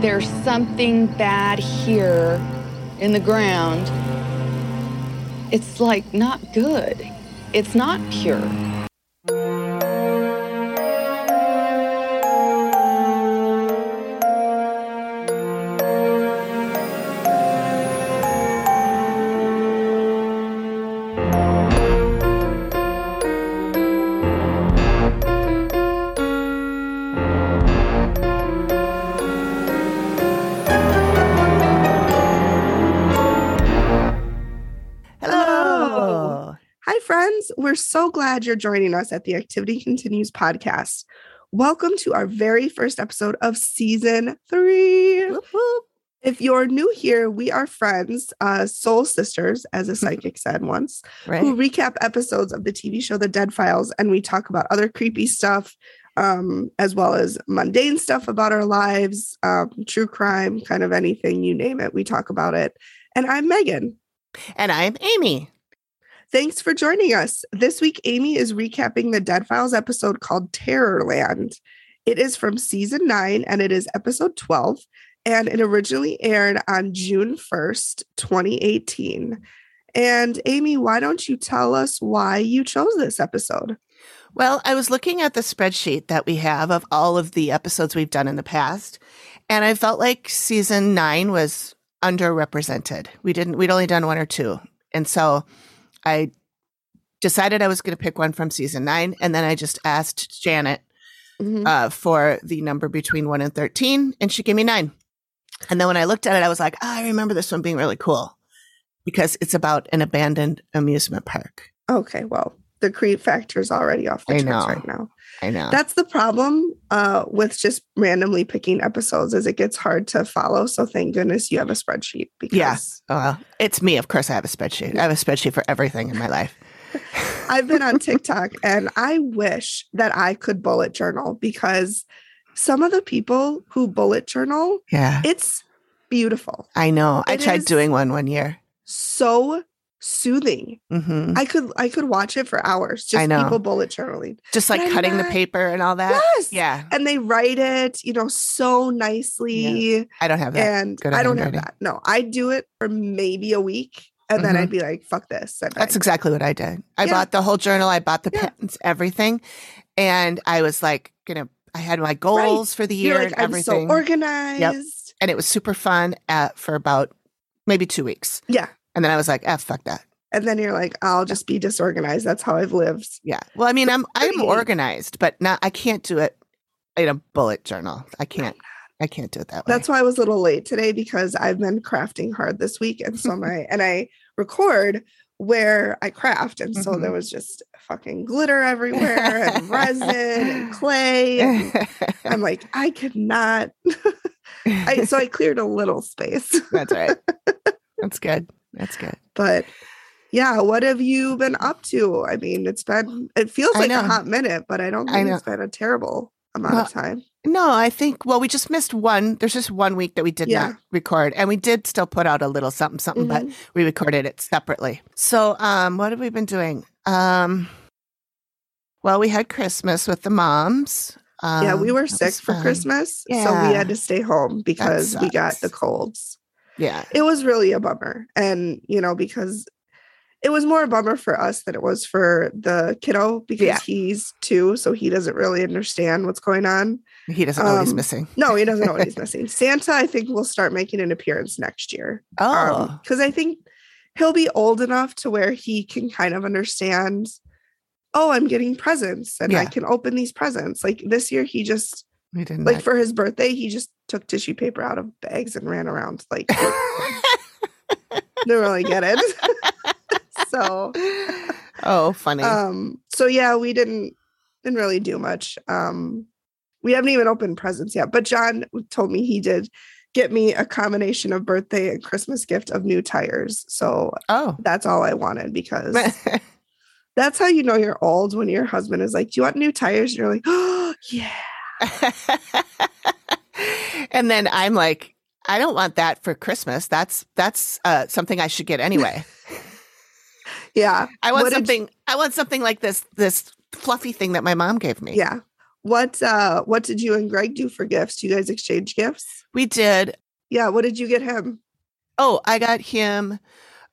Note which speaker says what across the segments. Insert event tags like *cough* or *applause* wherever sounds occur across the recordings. Speaker 1: there's something bad here in the ground, it's like not good. It's not pure.
Speaker 2: Hello. Hi, friends. We're so glad you're joining us at the Activity Continues podcast. Welcome to our very first episode of season three. If you're new here, we are friends, uh, soul sisters, as a psychic said once, who
Speaker 3: Right.
Speaker 2: recap episodes of the TV show The Dead Files, and we talk about other creepy stuff, um, as well as mundane stuff about our lives, um, true crime, kind of anything you name it. We talk about it. And I'm Megan.
Speaker 3: And I'm Amy.
Speaker 2: Thanks for joining us. This week, Amy is recapping the Dead Files episode called Terrorland. It is from season nine and it is episode 12. And it originally aired on June 1st, 2018. And Amy, why don't you tell us why you chose this episode?
Speaker 3: Well, I was looking at the spreadsheet that we have of all of the episodes we've done in the past, and I felt like season nine was underrepresented. We didn't, we'd only done one or two. And so I decided I was going to pick one from season nine. And then I just asked Janet uh, for the number between one and 13, and she gave me nine. And then when I looked at it, I was like, "Ah, I remember this one being really cool because it's about an abandoned amusement park.
Speaker 2: Okay, well, the creep factor is already off the
Speaker 3: I
Speaker 2: charts
Speaker 3: know.
Speaker 2: right now.
Speaker 3: I know.
Speaker 2: That's the problem uh, with just randomly picking episodes is it gets hard to follow. So thank goodness you have a spreadsheet because
Speaker 3: Yeah. Oh, well, it's me. Of course, I have a spreadsheet. I have a spreadsheet for everything in my life.
Speaker 2: I've been on TikTok and I wish that I could bullet journal because some of the people who bullet journal,
Speaker 3: Yeah,
Speaker 2: it's beautiful,
Speaker 3: I know. I
Speaker 2: It
Speaker 3: tried
Speaker 2: is-
Speaker 3: doing one one year.
Speaker 2: so soothing.
Speaker 3: hmm
Speaker 2: I could I could watch it for hours just
Speaker 3: I know.
Speaker 2: people bullet journaling.
Speaker 3: Just like
Speaker 2: But I'm
Speaker 3: cutting the
Speaker 2: not-
Speaker 3: paper and all that.
Speaker 2: yes.
Speaker 3: Yeah,
Speaker 2: And they write it, you know, so nicely.
Speaker 3: I don't have that.
Speaker 2: And
Speaker 3: Good
Speaker 2: I don't have
Speaker 3: handwriting. Mm-hmm.
Speaker 2: that. No, I do it for maybe a week and then I'd be like, fuck this. and
Speaker 3: That's
Speaker 2: I-
Speaker 3: exactly what I did. I
Speaker 2: Yeah.
Speaker 3: bought the whole journal. I bought the
Speaker 2: Yeah.
Speaker 3: pens, everything, and I was like, gonna. I had my goals for the year
Speaker 2: you're like,
Speaker 3: and
Speaker 2: I'm so
Speaker 3: everything,
Speaker 2: organized.
Speaker 3: and it was super fun at, for about maybe two weeks.
Speaker 2: Yeah.
Speaker 3: And then I was like, ah, fuck that.
Speaker 2: And then you're like, I'll just be disorganized. That's how I've lived.
Speaker 3: Yeah. Well, I mean, I'm
Speaker 2: pretty
Speaker 3: I'm
Speaker 2: neat.
Speaker 3: organized, but not I can't do it in a bullet journal. I can't. I can't do it that way.
Speaker 2: That's why I was a little late today because I've been crafting hard this week.
Speaker 3: *laughs*
Speaker 2: And so my and I record where I craft. And so
Speaker 3: Mm-hmm.
Speaker 2: there was just fucking glitter everywhere and resin
Speaker 3: *laughs*
Speaker 2: and clay. And
Speaker 3: Um,
Speaker 2: I'm like, I could not. I, so I cleared a little space.
Speaker 3: *laughs*
Speaker 2: *laughs*
Speaker 3: That's *laughs* right. That's good. That's good.
Speaker 2: But yeah, what have you been up to? I mean, it's been it feels
Speaker 3: I
Speaker 2: like a
Speaker 3: know.
Speaker 2: hot minute, but I don't
Speaker 3: I
Speaker 2: think
Speaker 3: know.
Speaker 2: it's been a terrible amount
Speaker 3: Well,
Speaker 2: of time.
Speaker 3: No, I think well, we just missed one. There's just one week that we did
Speaker 2: Yeah.
Speaker 3: not record, and we did still put out a little something, something, but
Speaker 2: Mhm.
Speaker 3: we recorded it separately. So, um, what have we been doing? Um, well, we had Christmas with the moms. Um,
Speaker 2: Mm-hmm. yeah, we
Speaker 3: that
Speaker 2: were
Speaker 3: was
Speaker 2: sick for
Speaker 3: fun.
Speaker 2: Christmas. So we
Speaker 3: Yeah.
Speaker 2: had to stay home because we got
Speaker 3: sucks.
Speaker 2: the colds.
Speaker 3: Yeah,
Speaker 2: it was really a bummer and you know because it was more a bummer for us than it was for the kiddo because
Speaker 3: Yeah.
Speaker 2: he's two so he doesn't really understand what's going on
Speaker 3: he doesn't know what he's
Speaker 2: Um,
Speaker 3: missing.
Speaker 2: no he doesn't know what
Speaker 3: *laughs*
Speaker 2: he's missing santa i think will start making an appearance next year
Speaker 3: Oh,
Speaker 2: because i think he'll be old enough to where he can kind of understand oh i'm getting presents and i
Speaker 3: Yeah.
Speaker 2: can open these presents like this year he just
Speaker 3: we didn't
Speaker 2: like for his birthday he just took tissue paper out of bags and ran around like didn't really get it *laughs* so
Speaker 3: oh, funny.
Speaker 2: um so yeah we didn't didn't really do much um we haven't even opened presents yet but john told me he did get me a combination of birthday and christmas gift of new tires so
Speaker 3: oh.
Speaker 2: that's all i
Speaker 3: *laughs*
Speaker 2: wanted because that's how you know you're old when your husband is like do you want new tires and you're like *gasps* oh yeah
Speaker 3: and then I'm like, I don't want that for Christmas. That's that's uh, something I should get
Speaker 2: *laughs*
Speaker 3: anyway.
Speaker 2: yeah
Speaker 3: I want
Speaker 2: What did you-
Speaker 3: something. I want something like this this fluffy thing that my mom gave me.
Speaker 2: yeah What uh what did you and Greg do for gifts? Do you guys exchange gifts?
Speaker 3: We did.
Speaker 2: Yeah, what did you get him?
Speaker 3: Oh, I got him.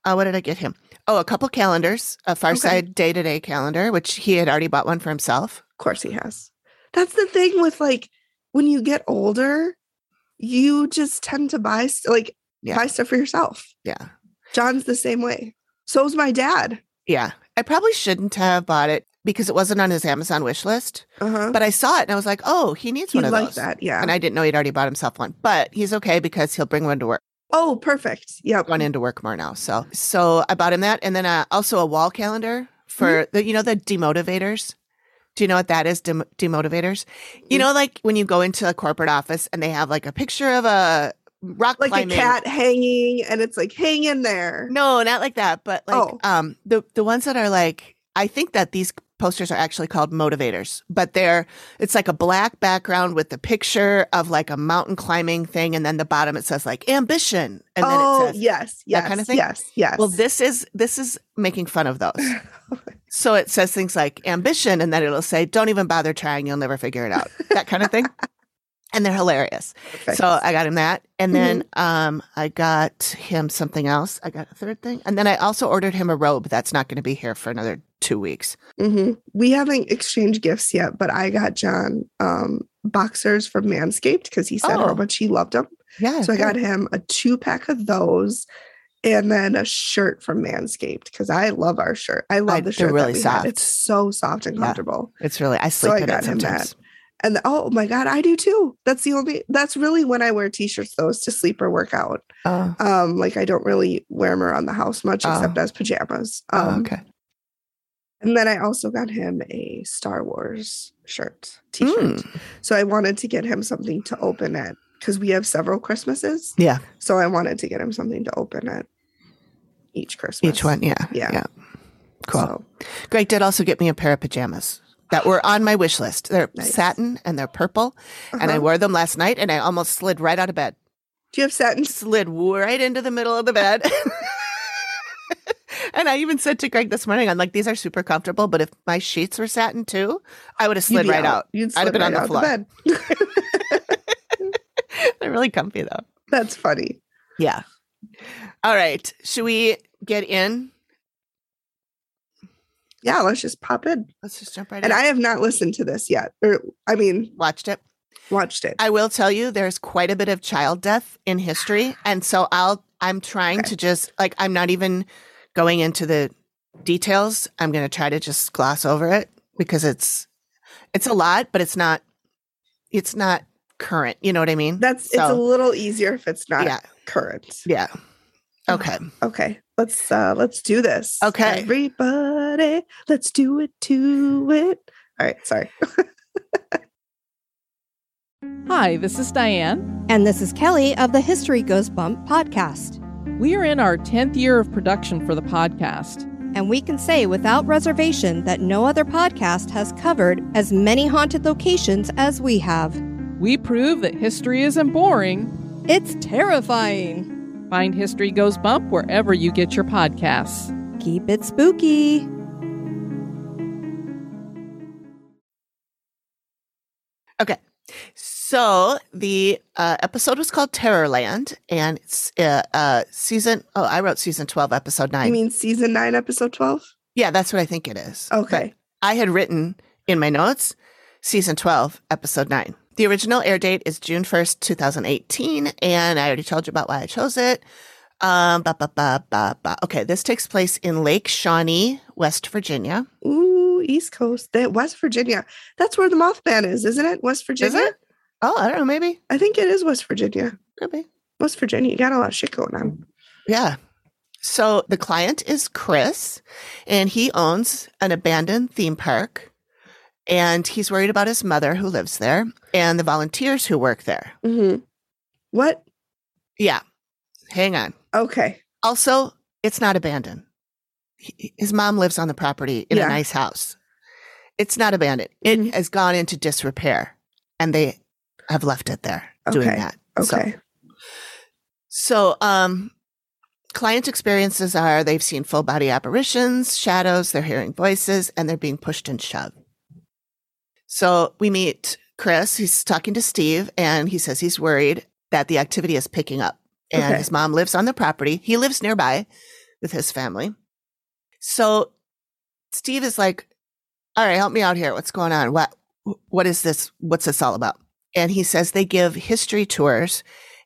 Speaker 3: Uh, what did I get him? Oh, a couple calendars, a
Speaker 2: Okay.
Speaker 3: Farside day to day calendar, which he had already bought one for himself.
Speaker 2: Of course he has. That's the thing with like when you get older, you just tend to buy st- like
Speaker 3: Yeah.
Speaker 2: buy stuff for yourself.
Speaker 3: Yeah.
Speaker 2: John's the same way. So's my dad.
Speaker 3: Yeah. I probably shouldn't have bought it because it wasn't on his Amazon wish list,
Speaker 2: Uh-huh.
Speaker 3: but I saw it and I was like, oh, he needs
Speaker 2: He
Speaker 3: one of
Speaker 2: liked
Speaker 3: those.
Speaker 2: that. Yeah.
Speaker 3: And I didn't know he'd already bought himself one, but he's okay because he'll bring one to work,
Speaker 2: oh, perfect. Yep.
Speaker 3: one into work more now. So, so I bought him that, and then uh, also a wall calendar for
Speaker 2: Mm-hmm.
Speaker 3: the, you know, the demotivators. Do you know what that is? Dem- demotivators. You know, like when you go into a corporate office and they have like a picture of a rock
Speaker 2: Like
Speaker 3: climbing.
Speaker 2: a cat hanging and it's like hang in there.
Speaker 3: No, not like that, but like
Speaker 2: Oh.
Speaker 3: um the the ones that are like I think that these posters are actually called motivators, but they're it's like a black background with the picture of like a mountain climbing thing and then the bottom it says like ambition and then
Speaker 2: oh,
Speaker 3: it says
Speaker 2: yes, yes,
Speaker 3: that kind of thing?
Speaker 2: yes, yes.
Speaker 3: Well, this is this is making fun of
Speaker 2: *laughs*
Speaker 3: those. so it says things like ambition and then it'll say don't even bother trying, you'll never figure it out. That kind
Speaker 2: *laughs*
Speaker 3: of thing. and they're hilarious.
Speaker 2: Perfect.
Speaker 3: So I got him that. And
Speaker 2: Mm-hmm.
Speaker 3: then um, I got him something else. I got a third thing. And then I also ordered him a robe that's not going to be here for another two weeks.
Speaker 2: Mhm. we haven't exchanged gifts yet, but I got John um, boxers from Manscaped because he said how
Speaker 3: Oh.
Speaker 2: much he loved them.
Speaker 3: Yeah.
Speaker 2: So I got
Speaker 3: good.
Speaker 2: him a two pack of those and then a shirt from Manscaped because I love our shirt. I love
Speaker 3: I-
Speaker 2: the
Speaker 3: they're
Speaker 2: shirt. that
Speaker 3: really
Speaker 2: we had.
Speaker 3: soft.
Speaker 2: It's so soft and
Speaker 3: Yeah.
Speaker 2: comfortable.
Speaker 3: It's really, I
Speaker 2: So
Speaker 3: sleep
Speaker 2: I
Speaker 3: in
Speaker 2: got
Speaker 3: it
Speaker 2: him that.
Speaker 3: sometimes.
Speaker 2: And the- oh my God, I do too. That's the only, that's really when I wear t shirts, those to sleep or work out.
Speaker 3: Oh,
Speaker 2: Um, like I don't really wear them around the house much
Speaker 3: Oh.
Speaker 2: except as pajamas. Um,
Speaker 3: oh, okay.
Speaker 2: And then I also got him a Star Wars shirt, t shirt.
Speaker 3: Mm.
Speaker 2: So I wanted to get him something to open it because we have several Christmases.
Speaker 3: Yeah.
Speaker 2: So I wanted to get him something to open at each Christmas.
Speaker 3: Each one. Yeah.
Speaker 2: Yeah.
Speaker 3: Cool.
Speaker 2: So,
Speaker 3: Greg did also get me a pair of pajamas that were on my wish list. They're
Speaker 2: Nice.
Speaker 3: satin and they're purple. And I
Speaker 2: uh-huh.
Speaker 3: wore them last night and I almost slid right out of bed.
Speaker 2: do you have
Speaker 3: *laughs*
Speaker 2: satin?
Speaker 3: slid right into the middle of the bed. *laughs* and I even said to Greg this morning, I'm like, these are super comfortable, but if my sheets were satin too, I would have
Speaker 2: You'd
Speaker 3: slid
Speaker 2: be
Speaker 3: right out.
Speaker 2: You'd
Speaker 3: I'd
Speaker 2: slip
Speaker 3: have been on
Speaker 2: right
Speaker 3: the
Speaker 2: out
Speaker 3: floor.
Speaker 2: the bed.
Speaker 3: *laughs* They're really comfy though.
Speaker 2: That's funny.
Speaker 3: Yeah. All right. Should we get in?
Speaker 2: Yeah, let's just pop in.
Speaker 3: Let's just jump right
Speaker 2: And
Speaker 3: in.
Speaker 2: I have not listened to this yet, or I mean,
Speaker 3: watched it.
Speaker 2: watched it.
Speaker 3: I will tell you there's quite a bit of child death in
Speaker 2: *gasps*
Speaker 3: history. And so I'll I'm trying
Speaker 2: Okay.
Speaker 3: to just like I'm not even going into the details. I'm gonna try to just gloss over it because it's it's a lot, but it's not it's not current. You know what I mean?
Speaker 2: That's it's a
Speaker 3: So-
Speaker 2: little easier if it's not
Speaker 3: yeah.
Speaker 2: current.
Speaker 3: Yeah. Okay.
Speaker 2: Okay, let's uh let's do this.
Speaker 3: Okay.
Speaker 2: everybody, let's do it to it. All right, sorry. *laughs*
Speaker 4: Hi, this is Diane.
Speaker 5: And this is Kelly of the History Goes Bump podcast.
Speaker 4: We are in our 10th year of production for the podcast.
Speaker 5: And we can say without reservation that no other podcast has covered as many haunted locations as we have.
Speaker 4: We prove that history isn't boring.
Speaker 5: It's terrifying.
Speaker 4: Find History Goes Bump wherever you get your podcasts.
Speaker 5: Keep it spooky.
Speaker 3: So the uh, episode was called Terrorland and it's uh, uh season oh I wrote season 12 episode 9.
Speaker 2: You mean season nine, episode twelve?
Speaker 3: yeah, that's what I think it is. But
Speaker 2: Okay.
Speaker 3: I had written in my notes season 12, episode 9. The original air date is June 1st, 2018, and I already told you about why I chose it. Um, ba, ba, ba, ba, ba. Okay, this takes place in Lake Shawnee, West Virginia.
Speaker 2: Ooh, East Coast. That West Virginia. That's where the Mothman is, isn't it? West Virginia.
Speaker 3: it? Oh, I don't know, maybe.
Speaker 2: I think it is West Virginia.
Speaker 3: Maybe.
Speaker 2: West Virginia. You got a lot of shit going on.
Speaker 3: Yeah. So the client is Chris, and he owns an abandoned theme park, and he's worried about his mother who lives there and the volunteers who work there.
Speaker 2: Mm-hmm. What?
Speaker 3: Yeah. Hang on.
Speaker 2: Okay.
Speaker 3: Also, it's not abandoned. He- His mom lives on the property in
Speaker 2: Yeah.
Speaker 3: a nice house. It's not abandoned. It
Speaker 2: Mhm.
Speaker 3: has gone into disrepair and they have left it there doing
Speaker 2: Okay.
Speaker 3: that. So-
Speaker 2: Okay.
Speaker 3: So, um, client experiences are they've seen full body apparitions, shadows, they're hearing voices, and they're being pushed and shoved. So we meet Chris. He's talking to Steve, and he says he's worried that the activity is picking up. And
Speaker 2: Okay.
Speaker 3: his mom lives on the property. He lives nearby with his family. So Steve is like, "All right, help me out here. What's going on? What what is this? What's this all about?" And he says they give history tours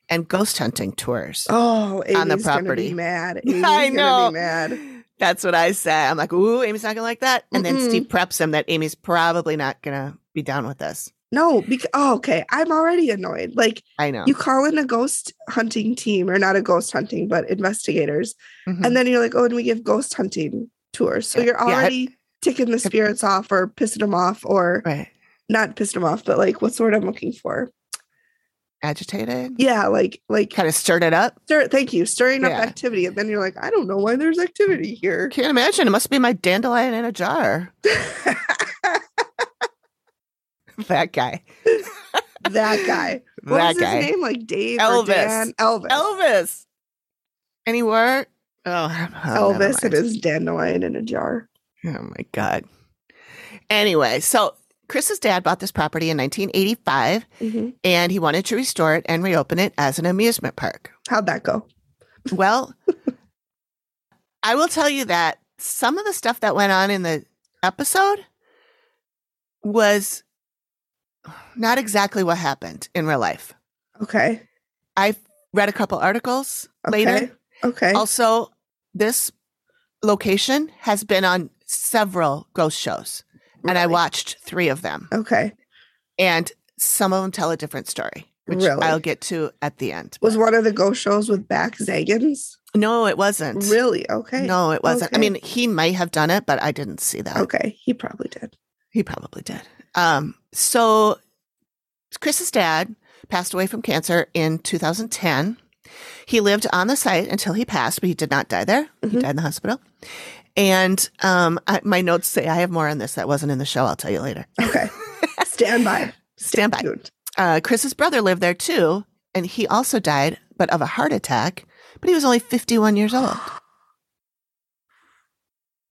Speaker 3: and ghost hunting tours.
Speaker 2: Oh, Amy's
Speaker 3: On the
Speaker 2: Gonna be
Speaker 3: property.
Speaker 2: mad. Amy's
Speaker 3: *laughs* I
Speaker 2: Gonna
Speaker 3: know.
Speaker 2: be mad.
Speaker 3: That's what I say. I'm like, ooh, Amy's not gonna like that. And then
Speaker 2: Mm-mm.
Speaker 3: Steve preps him that Amy's probably not gonna be down with this.
Speaker 2: No, because oh, okay, I'm already annoyed. Like
Speaker 3: I know.
Speaker 2: you call in a ghost hunting team, or not a ghost hunting, but investigators,
Speaker 3: Mhm.
Speaker 2: and then you're like, oh, and we give ghost hunting tours. So
Speaker 3: Yeah,
Speaker 2: you're
Speaker 3: yeah, I-
Speaker 2: already ticking the spirits off, or pissing them off, or
Speaker 3: right. Hmm.
Speaker 2: not pissing them off, but like what's the word I'm looking for?
Speaker 3: Agitated.
Speaker 2: Yeah, like like
Speaker 3: Kind of stirred it up.
Speaker 2: stir, thank you, stirring up
Speaker 3: Yeah.
Speaker 2: activity, and then you're like, I don't know why there's activity
Speaker 3: *laughs*
Speaker 2: here.
Speaker 3: Can't imagine. It must be my dandelion in a
Speaker 2: *laughs*
Speaker 3: jar. That guy.
Speaker 2: that guy. What
Speaker 3: that
Speaker 2: was
Speaker 3: guy.
Speaker 2: his name? Like Dave
Speaker 3: Elvis.
Speaker 2: Elvis. Elvis.
Speaker 3: Elvis. Any word? Oh, oh, never
Speaker 2: Elvis and
Speaker 3: mind.
Speaker 2: his dandelion in a jar.
Speaker 3: Oh my God. Anyway, so Chris's dad bought this property in 1985
Speaker 2: Mhm.
Speaker 3: and he wanted to restore it and reopen it as an amusement park.
Speaker 2: How'd that go? *laughs*
Speaker 3: Well, I will tell you that some of the stuff that went on in the episode was not exactly what happened in real life.
Speaker 2: Okay.
Speaker 3: I read a couple articles later.
Speaker 2: Okay. Okay.
Speaker 3: Also, this location has been on several ghost shows, and I
Speaker 2: Really?
Speaker 3: watched three of them,
Speaker 2: Okay.
Speaker 3: and some of them tell a different story, which
Speaker 2: Really?
Speaker 3: I'll get to at the end.
Speaker 2: Was one of the ghost shows with back Zagans?
Speaker 3: No, it wasn't.
Speaker 2: Really? Okay.
Speaker 3: No, it wasn't. I
Speaker 2: Okay.
Speaker 3: mean, he might have done it, but I didn't see that.
Speaker 2: Okay. He probably did.
Speaker 3: He probably did. Um, so Chris's dad passed away from cancer in 2010. He lived on the site until he passed, but he did not die there. He
Speaker 2: Mhm.
Speaker 3: died in the hospital. And um, I, my notes say I have more on this that wasn't in the show. I'll tell you later.
Speaker 2: Okay. Stand by.
Speaker 3: *laughs* Stand by.
Speaker 2: tuned.
Speaker 3: Uh, Chris's brother lived there too, and he also died, but of a heart attack. But he was only 51 years
Speaker 2: *gasps*
Speaker 3: old.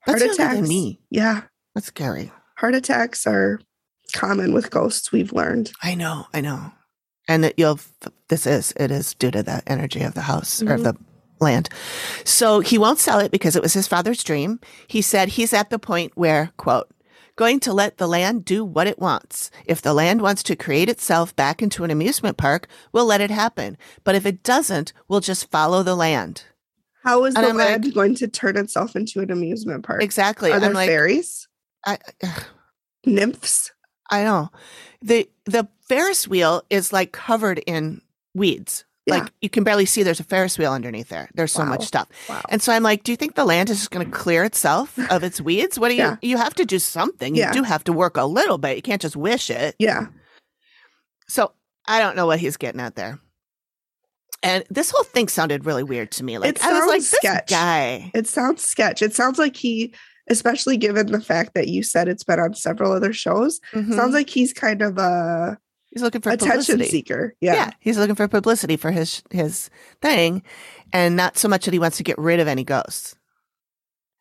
Speaker 3: That's
Speaker 2: Heart
Speaker 3: younger than
Speaker 2: attacks.
Speaker 3: me.
Speaker 2: Yeah.
Speaker 3: That's scary.
Speaker 2: Heart attacks are common with ghosts, we've learned.
Speaker 3: I know, I know. And that you'll, f- this is, it is due to the energy of the house or of
Speaker 2: Mhm.
Speaker 3: the land. So he won't sell it because it was his father's dream. He said he's at the point where, quote, going to let the land do what it wants. If the land wants to create itself back into an amusement park, we'll let it happen. But if it doesn't, we'll just follow the land.
Speaker 2: How is
Speaker 3: And
Speaker 2: the
Speaker 3: I'm
Speaker 2: land
Speaker 3: like-
Speaker 2: going to turn itself into an amusement park?
Speaker 3: Exactly.
Speaker 2: Are there
Speaker 3: I'm like,
Speaker 2: fairies?
Speaker 3: I,
Speaker 2: Nymphs?
Speaker 3: I know. The, the Ferris wheel is like covered in weeds.
Speaker 2: Yeah.
Speaker 3: Like you can barely see there's a Ferris wheel underneath there. There's so much
Speaker 2: Wow.
Speaker 3: stuff.
Speaker 2: Wow.
Speaker 3: And so I'm like, do you think the land is just going to clear itself of
Speaker 2: *laughs*
Speaker 3: its weeds? What do you?
Speaker 2: Yeah.
Speaker 3: You have to do something. You
Speaker 2: Yeah.
Speaker 3: do have to work a little bit. You can't just wish it.
Speaker 2: yeah.
Speaker 3: So I don't know what he's getting at there. And this whole thing sounded really weird to me. Like
Speaker 2: It
Speaker 3: I was like,
Speaker 2: sounds
Speaker 3: this
Speaker 2: sketch.
Speaker 3: guy.
Speaker 2: It sounds sketch. It sounds like he, especially given the fact that you said it's been on several other shows,
Speaker 3: Mhm.
Speaker 2: sounds like he's kind of a
Speaker 3: he's looking for
Speaker 2: attention
Speaker 3: publicity.
Speaker 2: seeker. Yeah.
Speaker 3: he's looking for publicity for his his thing, and not so much that he wants to get rid of any ghosts.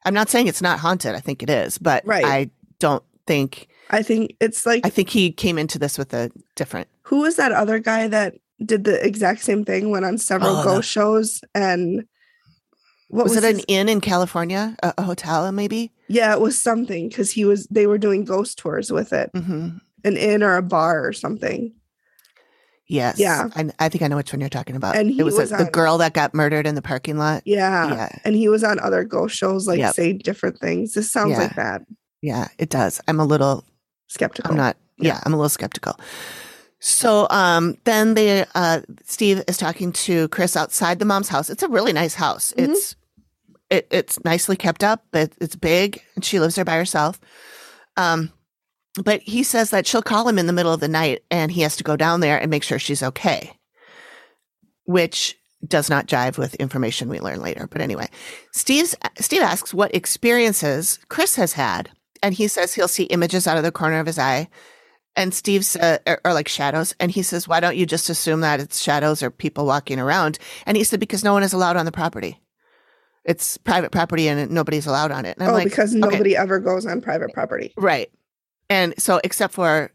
Speaker 3: I'm not saying it's not haunted. I think it is, but
Speaker 2: Right.
Speaker 3: I don't think.
Speaker 2: I think it's like
Speaker 3: I think he came into this with a different.
Speaker 2: who was that other guy that did the exact same thing, went on several
Speaker 3: Oh,
Speaker 2: ghost
Speaker 3: the-
Speaker 2: shows and what
Speaker 3: was,
Speaker 2: was,
Speaker 3: it an
Speaker 2: his-
Speaker 3: inn in California? A, a hotel, maybe?
Speaker 2: yeah, it was something because he was they were doing ghost tours with it,
Speaker 3: Mm-hmm.
Speaker 2: an inn or a bar or something.
Speaker 3: Yes.
Speaker 2: Yeah.
Speaker 3: I, I think I know which one you're talking about.
Speaker 2: And he
Speaker 3: it was,
Speaker 2: was
Speaker 3: a, the
Speaker 2: on-
Speaker 3: girl that got murdered in the parking lot.
Speaker 2: Yeah.
Speaker 3: Yeah.
Speaker 2: And he was on other ghost shows, like
Speaker 3: Yep.
Speaker 2: saying different things. This sounds
Speaker 3: Yeah.
Speaker 2: like that.
Speaker 3: Yeah, it does. I'm a little,
Speaker 2: Skeptical.
Speaker 3: I'm not, yeah, I'm a little skeptical. So um, then they, uh, Steve is talking to Chris outside the mom's house. It's a really nice house.
Speaker 2: Mhm.
Speaker 3: It's, it, it's nicely kept up, but it's big and she lives there by herself. Um, but he says that she'll call him in the middle of the night and he has to go down there and make sure she's okay, which does not jive with information we learn later. But anyway, Steve's, Steve asks what experiences Chris has had. And he says he'll see images out of the corner of his eye. And Steve's uh, are, are like shadows. And he says, Why don't you just assume that it's shadows or people walking around? And he said, Because no one is allowed on the property. It's private property and nobody's allowed on it. And I'm
Speaker 2: oh,
Speaker 3: like,
Speaker 2: because
Speaker 3: okay.
Speaker 2: nobody ever goes on private property.
Speaker 3: Right. And so, except for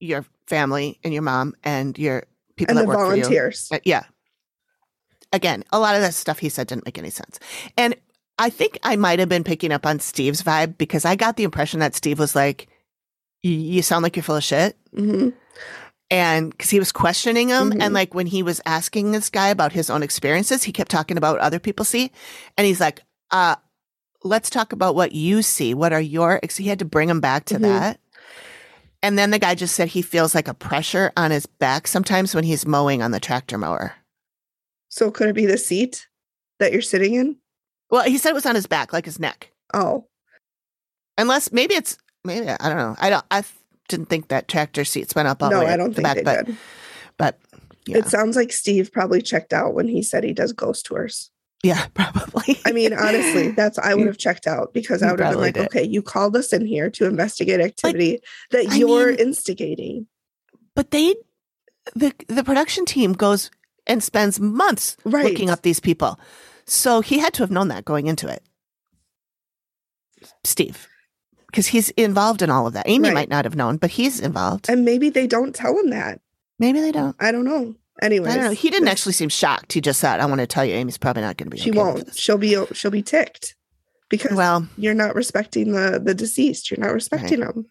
Speaker 3: your family and your mom and your people
Speaker 2: and
Speaker 3: that
Speaker 2: the
Speaker 3: work for you.
Speaker 2: volunteers.
Speaker 3: Uh, yeah. Again, a lot of that stuff he said didn't make any sense. And I think I might have been picking up on Steve's vibe because I got the impression that Steve was like, "Y- you sound like you're full of shit.
Speaker 2: Mhm.
Speaker 3: And because he was questioning him.
Speaker 2: Mhm.
Speaker 3: And like when he was asking this guy about his own experiences, he kept talking about what other people see. And he's like, uh, let's talk about what you see. What are your, ex-? he had to bring him back to
Speaker 2: Mhm.
Speaker 3: that. And then the guy just said he feels like a pressure on his back sometimes when he's mowing on the tractor mower.
Speaker 2: So could it be the seat that you're sitting in?
Speaker 3: Well, he said it was on his back, like his neck.
Speaker 2: Oh,
Speaker 3: Unless maybe it's maybe I don't know. I don't. I f- didn't think that tractor seats went up all the
Speaker 2: no,
Speaker 3: way
Speaker 2: I
Speaker 3: to
Speaker 2: don't
Speaker 3: the
Speaker 2: think
Speaker 3: back,
Speaker 2: they
Speaker 3: but,
Speaker 2: did.
Speaker 3: But yeah,
Speaker 2: It sounds like Steve probably checked out when he said he does ghost tours.
Speaker 3: yeah, *laughs* probably.
Speaker 2: I
Speaker 3: *laughs*
Speaker 2: mean, honestly, that's I would have checked out because I
Speaker 3: You
Speaker 2: would have been
Speaker 3: probably
Speaker 2: like,
Speaker 3: did.
Speaker 2: okay, you called us in here to investigate activity that
Speaker 3: I
Speaker 2: you're
Speaker 3: mean-
Speaker 2: instigating.
Speaker 3: but they, the the production team goes and spends months
Speaker 2: Right.
Speaker 3: looking up these people, so he had to have known that going into it, Steve, because he's involved in all of that. Amy
Speaker 2: Right.
Speaker 3: might not have known, but he's involved.
Speaker 2: And maybe they don't tell him that.
Speaker 3: Maybe they don't.
Speaker 2: I don't know. Anyways,
Speaker 3: I don't know. He didn't
Speaker 2: this-
Speaker 3: actually seem shocked. He just said, "I want to tell you, Amy's probably not going to be."
Speaker 2: She
Speaker 3: okay with
Speaker 2: won't.
Speaker 3: this."
Speaker 2: She'll be she'll be ticked because
Speaker 3: Well,
Speaker 2: you're not respecting the the deceased. You're not respecting them.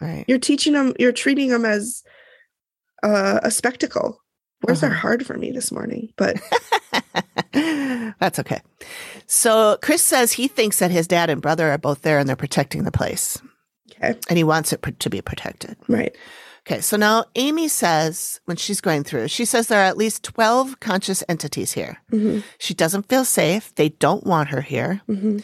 Speaker 3: right.
Speaker 2: You're teaching them. You're treating them as uh, a spectacle. Words
Speaker 3: Uh-huh.
Speaker 2: are hard for me this morning,
Speaker 3: *laughs*
Speaker 2: but
Speaker 3: That's okay. So Chris says he thinks that his dad and brother are both there and they're protecting the place
Speaker 2: okay,
Speaker 3: and he wants it pr- to be protected.
Speaker 2: right.
Speaker 3: Okay. So now Amy says, when she's going through, she says there are at least 12 conscious entities here.
Speaker 2: hmm
Speaker 3: She doesn't feel safe. They don't want her here.
Speaker 2: hmm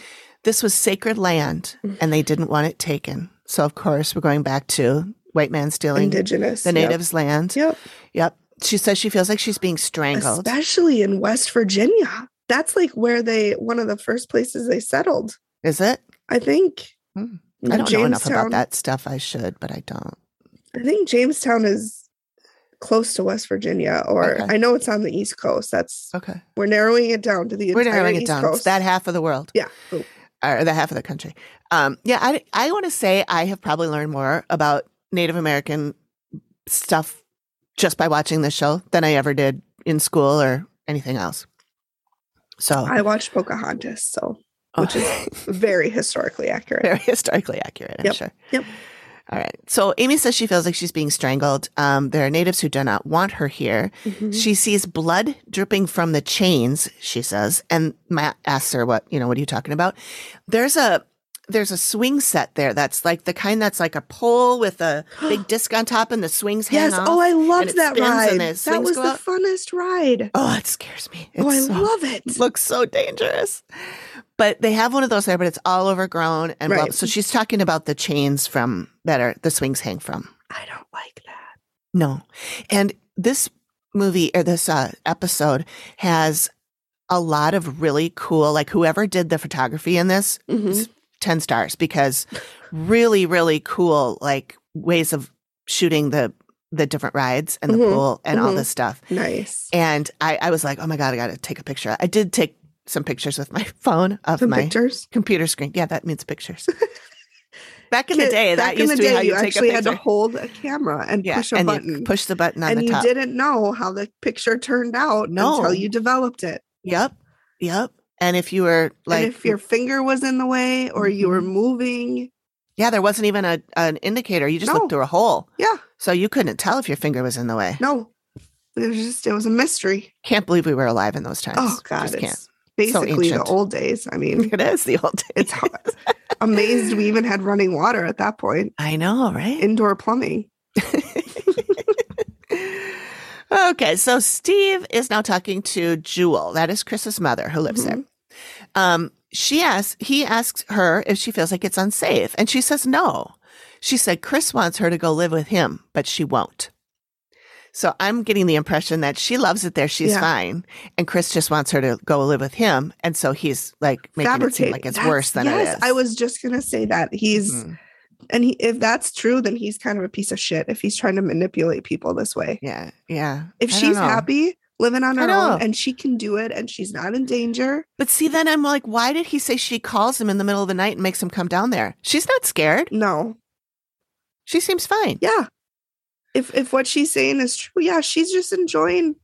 Speaker 3: This was sacred land
Speaker 2: Mm-hmm.
Speaker 3: and they didn't want it taken. So, of course, we're going back to white man stealing
Speaker 2: Indigenous,
Speaker 3: the
Speaker 2: yep.
Speaker 3: natives' land.
Speaker 2: Yep.
Speaker 3: Yep. She says she feels like she's being strangled.
Speaker 2: especially in West Virginia. That's like where they one of the first places they settled.
Speaker 3: Is it?
Speaker 2: I think.
Speaker 3: Hmm.
Speaker 2: No,
Speaker 3: I don't know enough
Speaker 2: Jamestown-
Speaker 3: about that stuff. I should, but I don't.
Speaker 2: I think Jamestown is close to West Virginia, or
Speaker 3: Okay.
Speaker 2: I know it's on the East Coast. That's
Speaker 3: Okay.
Speaker 2: we're narrowing it down to the
Speaker 3: We're
Speaker 2: entire
Speaker 3: narrowing it
Speaker 2: East
Speaker 3: down. It's
Speaker 2: Coast.
Speaker 3: that half of the world
Speaker 2: yeah. Oh,
Speaker 3: or the half of the country. Um, yeah, I, I want to say I have probably learned more about Native American stuff just by watching this show than I ever did in school or anything else. So,
Speaker 2: *laughs* I watched Pocahontas, so
Speaker 3: oh,
Speaker 2: which very historically accurate.
Speaker 3: very historically accurate, I'm
Speaker 2: Yep.
Speaker 3: sure.
Speaker 2: Yep.
Speaker 3: All right. So Amy says she feels like she's being strangled. Um, there are natives who do not want her here.
Speaker 2: Mhm.
Speaker 3: She sees blood dripping from the chains, she says, and Matt asks her what, you know, what are you talking about? There's a there's a swing set there that's like the kind that's like a pole with
Speaker 2: *gasps*
Speaker 3: a big disc on top and the swings hang
Speaker 2: Yes.
Speaker 3: off.
Speaker 2: Oh, I
Speaker 3: and
Speaker 2: loved
Speaker 3: it
Speaker 2: that
Speaker 3: spins and
Speaker 2: ride.
Speaker 3: the
Speaker 2: That
Speaker 3: swings
Speaker 2: was
Speaker 3: go
Speaker 2: the
Speaker 3: out.
Speaker 2: funnest ride.
Speaker 3: Oh, it scares me.
Speaker 2: oh, I
Speaker 3: It's so-
Speaker 2: love
Speaker 3: *laughs*
Speaker 2: it.
Speaker 3: looks so dangerous. But they have one of those there, but it's all overgrown and blah.
Speaker 2: Right.
Speaker 3: so she's talking about the chains from that are the swings hang from.
Speaker 2: I don't like that.
Speaker 3: No. And this movie or this uh, episode has a lot of really cool, like whoever did the photography in this,
Speaker 2: Mhm.
Speaker 3: 10 stars because really, really cool, like ways of shooting the, the different rides and the
Speaker 2: Mhm.
Speaker 3: pool and all
Speaker 2: Mhm.
Speaker 3: this stuff.
Speaker 2: Nice.
Speaker 3: And I, I was like, oh my God, I got to take a picture. I did take some pictures with my *laughs* phone of
Speaker 2: Some
Speaker 3: my
Speaker 2: pictures.
Speaker 3: computer screen. Yeah, that means
Speaker 2: *laughs*
Speaker 3: pictures. back in the
Speaker 2: Kid-
Speaker 3: day, that
Speaker 2: back in
Speaker 3: used
Speaker 2: the
Speaker 3: to
Speaker 2: day,
Speaker 3: be how you,
Speaker 2: you
Speaker 3: take
Speaker 2: actually
Speaker 3: a
Speaker 2: had
Speaker 3: picture.
Speaker 2: to hold a camera and
Speaker 3: yeah,
Speaker 2: push a
Speaker 3: and you
Speaker 2: button.
Speaker 3: push the button on
Speaker 2: and
Speaker 3: the
Speaker 2: you
Speaker 3: top.
Speaker 2: didn't know how the picture turned out
Speaker 3: No.
Speaker 2: until you developed it.
Speaker 3: Yep. Yep. And if you were like, Mm-hmm.
Speaker 2: and if your finger was in the way or you were moving,
Speaker 3: yeah, there wasn't even a, an indicator. You just
Speaker 2: No.
Speaker 3: looked through a hole.
Speaker 2: Yeah.
Speaker 3: So you couldn't tell if your finger was in the way.
Speaker 2: no, it was just it was a mystery.
Speaker 3: Can't believe we were alive in those times.
Speaker 2: Oh God,
Speaker 3: Just can't.
Speaker 2: it's basically the
Speaker 3: ancient.
Speaker 2: old days.
Speaker 3: *laughs*
Speaker 2: I mean,
Speaker 3: It is the old days.
Speaker 2: it's hard. amazed we even had running water at that point.
Speaker 3: I know, right?
Speaker 2: Indoor plumbing.
Speaker 3: okay. So Steve is now talking to Jewel. That is Chris's mother who lives
Speaker 2: Mm-hmm.
Speaker 3: there. Um, she asks, he asks her if she feels like it's unsafe. And she says no. She said Chris wants her to go live with him, but she won't. So I'm getting the impression that she loves it there. She's
Speaker 2: Yeah.
Speaker 3: fine. And Chris just wants her to go live with him. And so he's like making it seem
Speaker 2: Fabricating.
Speaker 3: like it's
Speaker 2: That's-
Speaker 3: worse than
Speaker 2: yes,
Speaker 3: it is.
Speaker 2: I was just gonna say that he's
Speaker 3: Mhm.
Speaker 2: and he, if that's true, then he's kind of a piece of shit if he's trying to manipulate people this way.
Speaker 3: Yeah. Yeah.
Speaker 2: If
Speaker 3: I don't
Speaker 2: she's
Speaker 3: know.
Speaker 2: happy living on
Speaker 3: I
Speaker 2: her
Speaker 3: know.
Speaker 2: own and she can do it and she's not in danger,
Speaker 3: But see, then I'm like, why did he say she calls him in the middle of the night and makes him come down there? She's not scared.
Speaker 2: no,
Speaker 3: She seems fine.
Speaker 2: yeah, if if what she's saying is true, yeah, she's just enjoying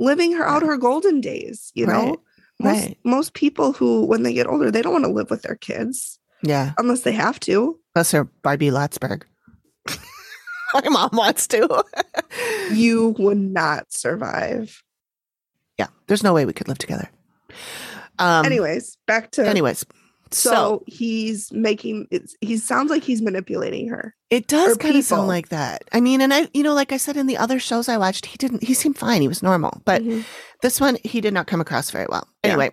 Speaker 2: living her out her golden days, you know? Most
Speaker 3: right.
Speaker 2: most people who when they get older, they don't want to live with their kids
Speaker 3: Yeah.
Speaker 2: unless they have to.
Speaker 3: Plus her Barbie Lotzberg. *laughs* My mom wants to. *laughs*
Speaker 2: You would not survive.
Speaker 3: yeah. There's no way we could live together. Um
Speaker 2: anyways, back to
Speaker 3: Anyways.
Speaker 2: So,
Speaker 3: So,
Speaker 2: he's making it he sounds like he's manipulating her.
Speaker 3: it
Speaker 2: or
Speaker 3: does kind of
Speaker 2: people.
Speaker 3: sound like that. I mean, and I, you know, like I said in the other shows I watched, he didn't, he seemed fine. He was normal. But
Speaker 2: Mhm.
Speaker 3: This one he did not come across very well.
Speaker 2: Yeah.
Speaker 3: Anyway.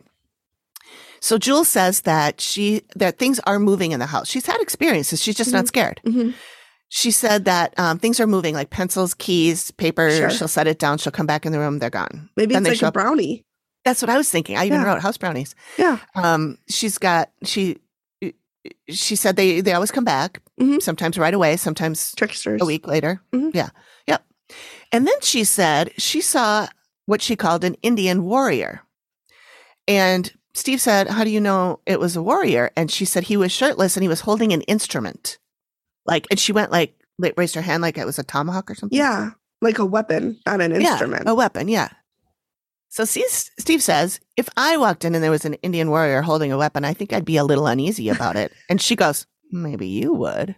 Speaker 3: So Jules says that she that things are moving in the house. She's had experiences. She's just
Speaker 2: Mhm.
Speaker 3: not scared.
Speaker 2: Mhm.
Speaker 3: She said that um, things are moving, like pencils, keys, paper.
Speaker 2: Sure.
Speaker 3: She'll set it down. She'll come back in the room. They're gone.
Speaker 2: maybe
Speaker 3: Then
Speaker 2: it's
Speaker 3: they
Speaker 2: like
Speaker 3: show
Speaker 2: a
Speaker 3: up-
Speaker 2: brownie.
Speaker 3: That's what I was thinking. I even
Speaker 2: Yeah.
Speaker 3: wrote house brownies.
Speaker 2: Yeah.
Speaker 3: Um, she's got she. She said they they always come back.
Speaker 2: Mhm.
Speaker 3: Sometimes right away. Sometimes
Speaker 2: Tricksters.
Speaker 3: a week later.
Speaker 2: Mhm.
Speaker 3: Yeah. Yep. And then she said she saw what she called an Indian warrior. And Steve said, How do you know it was a warrior? And she said he was shirtless and he was holding an instrument. Like, and she went like, like raised her hand like it was a tomahawk or something.
Speaker 2: Yeah. Like a weapon, not an
Speaker 3: Yeah, Oh.
Speaker 2: instrument.
Speaker 3: a weapon. Yeah. So Steve, Steve says, If I walked in and there was an Indian warrior holding a weapon, I think I'd be a little uneasy about it. and she goes, Maybe you
Speaker 2: *laughs*
Speaker 3: would.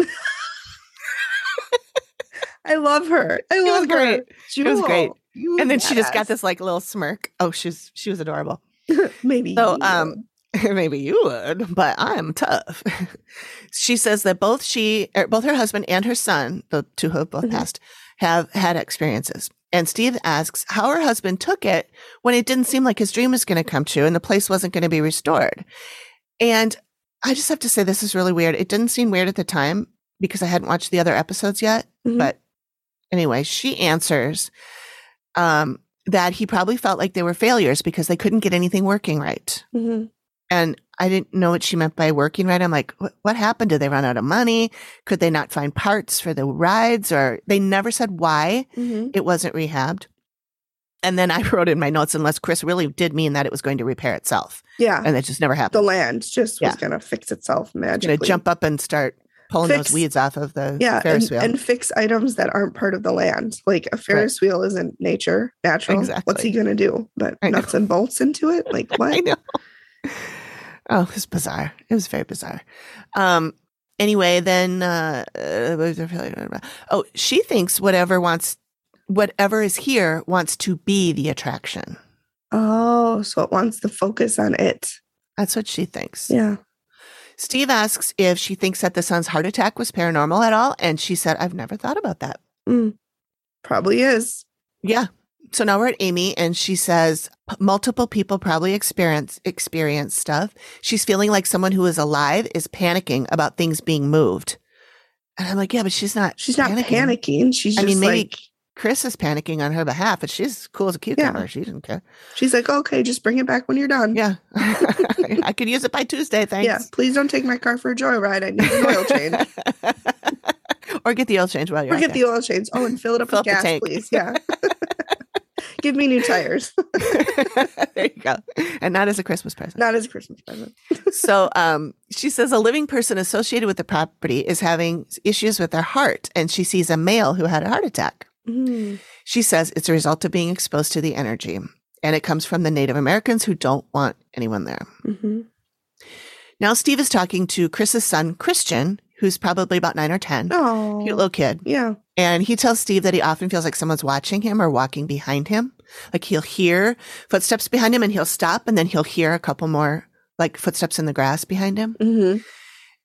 Speaker 2: I love her. I
Speaker 3: was
Speaker 2: love her.
Speaker 3: great. It was great.
Speaker 2: Jewel, you
Speaker 3: and then she just
Speaker 2: badass.
Speaker 3: got this like little smirk. Oh, she's she was adorable.
Speaker 2: *laughs* Maybe.
Speaker 3: So
Speaker 2: you.
Speaker 3: um *laughs* maybe you would, but I'm tough. *laughs* she says that both she er, both her husband and her son, the two who have both
Speaker 2: Mhm.
Speaker 3: passed, have had experiences. And Steve asks how her husband took it when it didn't seem like his dream was going to come true and the place wasn't going to be restored. And I just have to say this is really weird. It didn't seem weird at the time because I hadn't watched the other episodes yet
Speaker 2: Mhm.
Speaker 3: but anyway, she answers um, that he probably felt like they were failures because they couldn't get anything working right.
Speaker 2: Mhm.
Speaker 3: And I didn't know what she meant by working right. I'm like, "What- what happened? Did they run out of money? Could they not find parts for the rides? Or they never said why
Speaker 2: Mhm.
Speaker 3: it wasn't rehabbed. And then I *laughs* wrote in my notes, unless Chris really did mean that it was going to repair itself.
Speaker 2: yeah.
Speaker 3: And that just never
Speaker 2: the
Speaker 3: happened.
Speaker 2: land just was
Speaker 3: Yeah.
Speaker 2: gonna fix itself
Speaker 3: It's
Speaker 2: magically.
Speaker 3: going to jump up and start pulling
Speaker 2: Fix-
Speaker 3: those weeds off of the
Speaker 2: yeah,
Speaker 3: Ferris
Speaker 2: and,
Speaker 3: wheel.
Speaker 2: and fix items that aren't part of the land. Like a Ferris wheel isn't nature, natural. What's
Speaker 3: Exactly.
Speaker 2: he gonna do? But
Speaker 3: I know.
Speaker 2: nuts and bolts into it?
Speaker 3: *laughs*
Speaker 2: Like
Speaker 3: I
Speaker 2: what?
Speaker 3: know. Oh, it was bizarre. It was very bizarre. Um. Anyway, then. Uh, uh, oh, she thinks whatever wants, whatever is here wants to be the attraction.
Speaker 2: Oh, so it wants to focus on it.
Speaker 3: That's what she thinks.
Speaker 2: Yeah.
Speaker 3: Steve asks if she thinks that the son's heart attack was paranormal at all, and she said, "I've never thought about that."
Speaker 2: Mm. Probably is.
Speaker 3: Yeah. So now we're at Amy, and she says "P- multiple people probably experience experience stuff. She's feeling like someone who is alive is panicking about things being moved, and I'm like, yeah, but she's not.
Speaker 2: She's not panicking. She's
Speaker 3: I
Speaker 2: just
Speaker 3: mean, maybe-
Speaker 2: like
Speaker 3: Chris is panicking on her behalf, but she's cool as a cucumber. She doesn't care.
Speaker 2: she's like, okay, just bring it back when you're done.
Speaker 3: Yeah, *laughs* I could use it by Tuesday. Thanks.
Speaker 2: Yeah, please don't take my car for a joyride. I need an
Speaker 3: *laughs*
Speaker 2: oil change.
Speaker 3: or get the oil change while you're.
Speaker 2: Forget
Speaker 3: out
Speaker 2: the oil change. Oh, and fill it up
Speaker 3: Fill
Speaker 2: with
Speaker 3: up the
Speaker 2: gas,
Speaker 3: tank.
Speaker 2: please. Yeah. *laughs* Give me new tires. *laughs*
Speaker 3: there. *laughs* there you go, and not as a Christmas present.
Speaker 2: Not as a Christmas present.
Speaker 3: so um, she says a living person associated with the property is having issues with their heart, and she sees a male who had a heart attack.
Speaker 2: Mm.
Speaker 3: She says it's a result of being exposed to the energy, and it comes from the Native Americans who don't want anyone there.
Speaker 2: Mhm.
Speaker 3: Now, Steve is talking to Chris's son, Christian, who's probably about nine or 10,
Speaker 2: Oh,
Speaker 3: cute little kid.
Speaker 2: yeah.
Speaker 3: And he tells Steve that he often feels like someone's watching him or walking behind him. Like he'll hear footsteps behind him and he'll stop, and then he'll hear a couple more like footsteps in the grass behind him.
Speaker 2: Mm-hmm.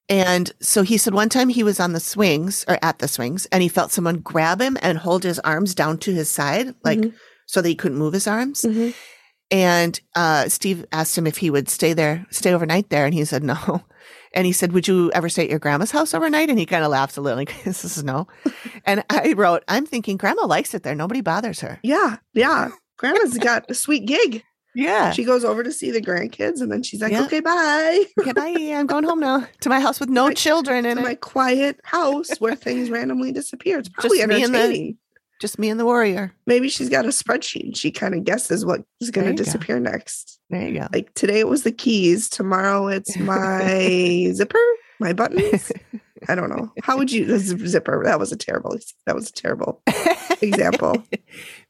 Speaker 3: And so he said one time he was on the swings or at the swings and he felt someone grab him and hold his arms down to his side, like
Speaker 2: Mhm.
Speaker 3: so that he couldn't move his arms.
Speaker 2: Mhm.
Speaker 3: And uh, Steve asked him if he would stay there, stay overnight there. And he said, no. *laughs* And he said, would you ever stay at your grandma's house overnight? And he kind of laughs a little. Like, *laughs* this is
Speaker 2: *laughs*
Speaker 3: no. And I wrote, I'm thinking grandma likes it there. Nobody bothers her.
Speaker 2: Yeah. Yeah. Grandma's got a sweet gig.
Speaker 3: Yeah.
Speaker 2: She goes over to see the grandkids and then she's like,
Speaker 3: Yeah.
Speaker 2: okay, bye. *laughs*
Speaker 3: okay, bye. I'm going home now to my house with no
Speaker 2: Right.
Speaker 3: children in
Speaker 2: To
Speaker 3: it.
Speaker 2: my quiet house where things randomly disappear. It's probably
Speaker 3: Just me and the-
Speaker 2: entertaining.
Speaker 3: Just me and the warrior.
Speaker 2: Maybe she's got a spreadsheet and she kind of guesses what is going
Speaker 3: There
Speaker 2: to
Speaker 3: you go.
Speaker 2: disappear next.
Speaker 3: There you go. *laughs*
Speaker 2: Like today it was the keys. Tomorrow it's my zipper, my buttons, I don't know. How would
Speaker 3: *laughs*
Speaker 2: you this is zipper? That was a terrible. That was a terrible example.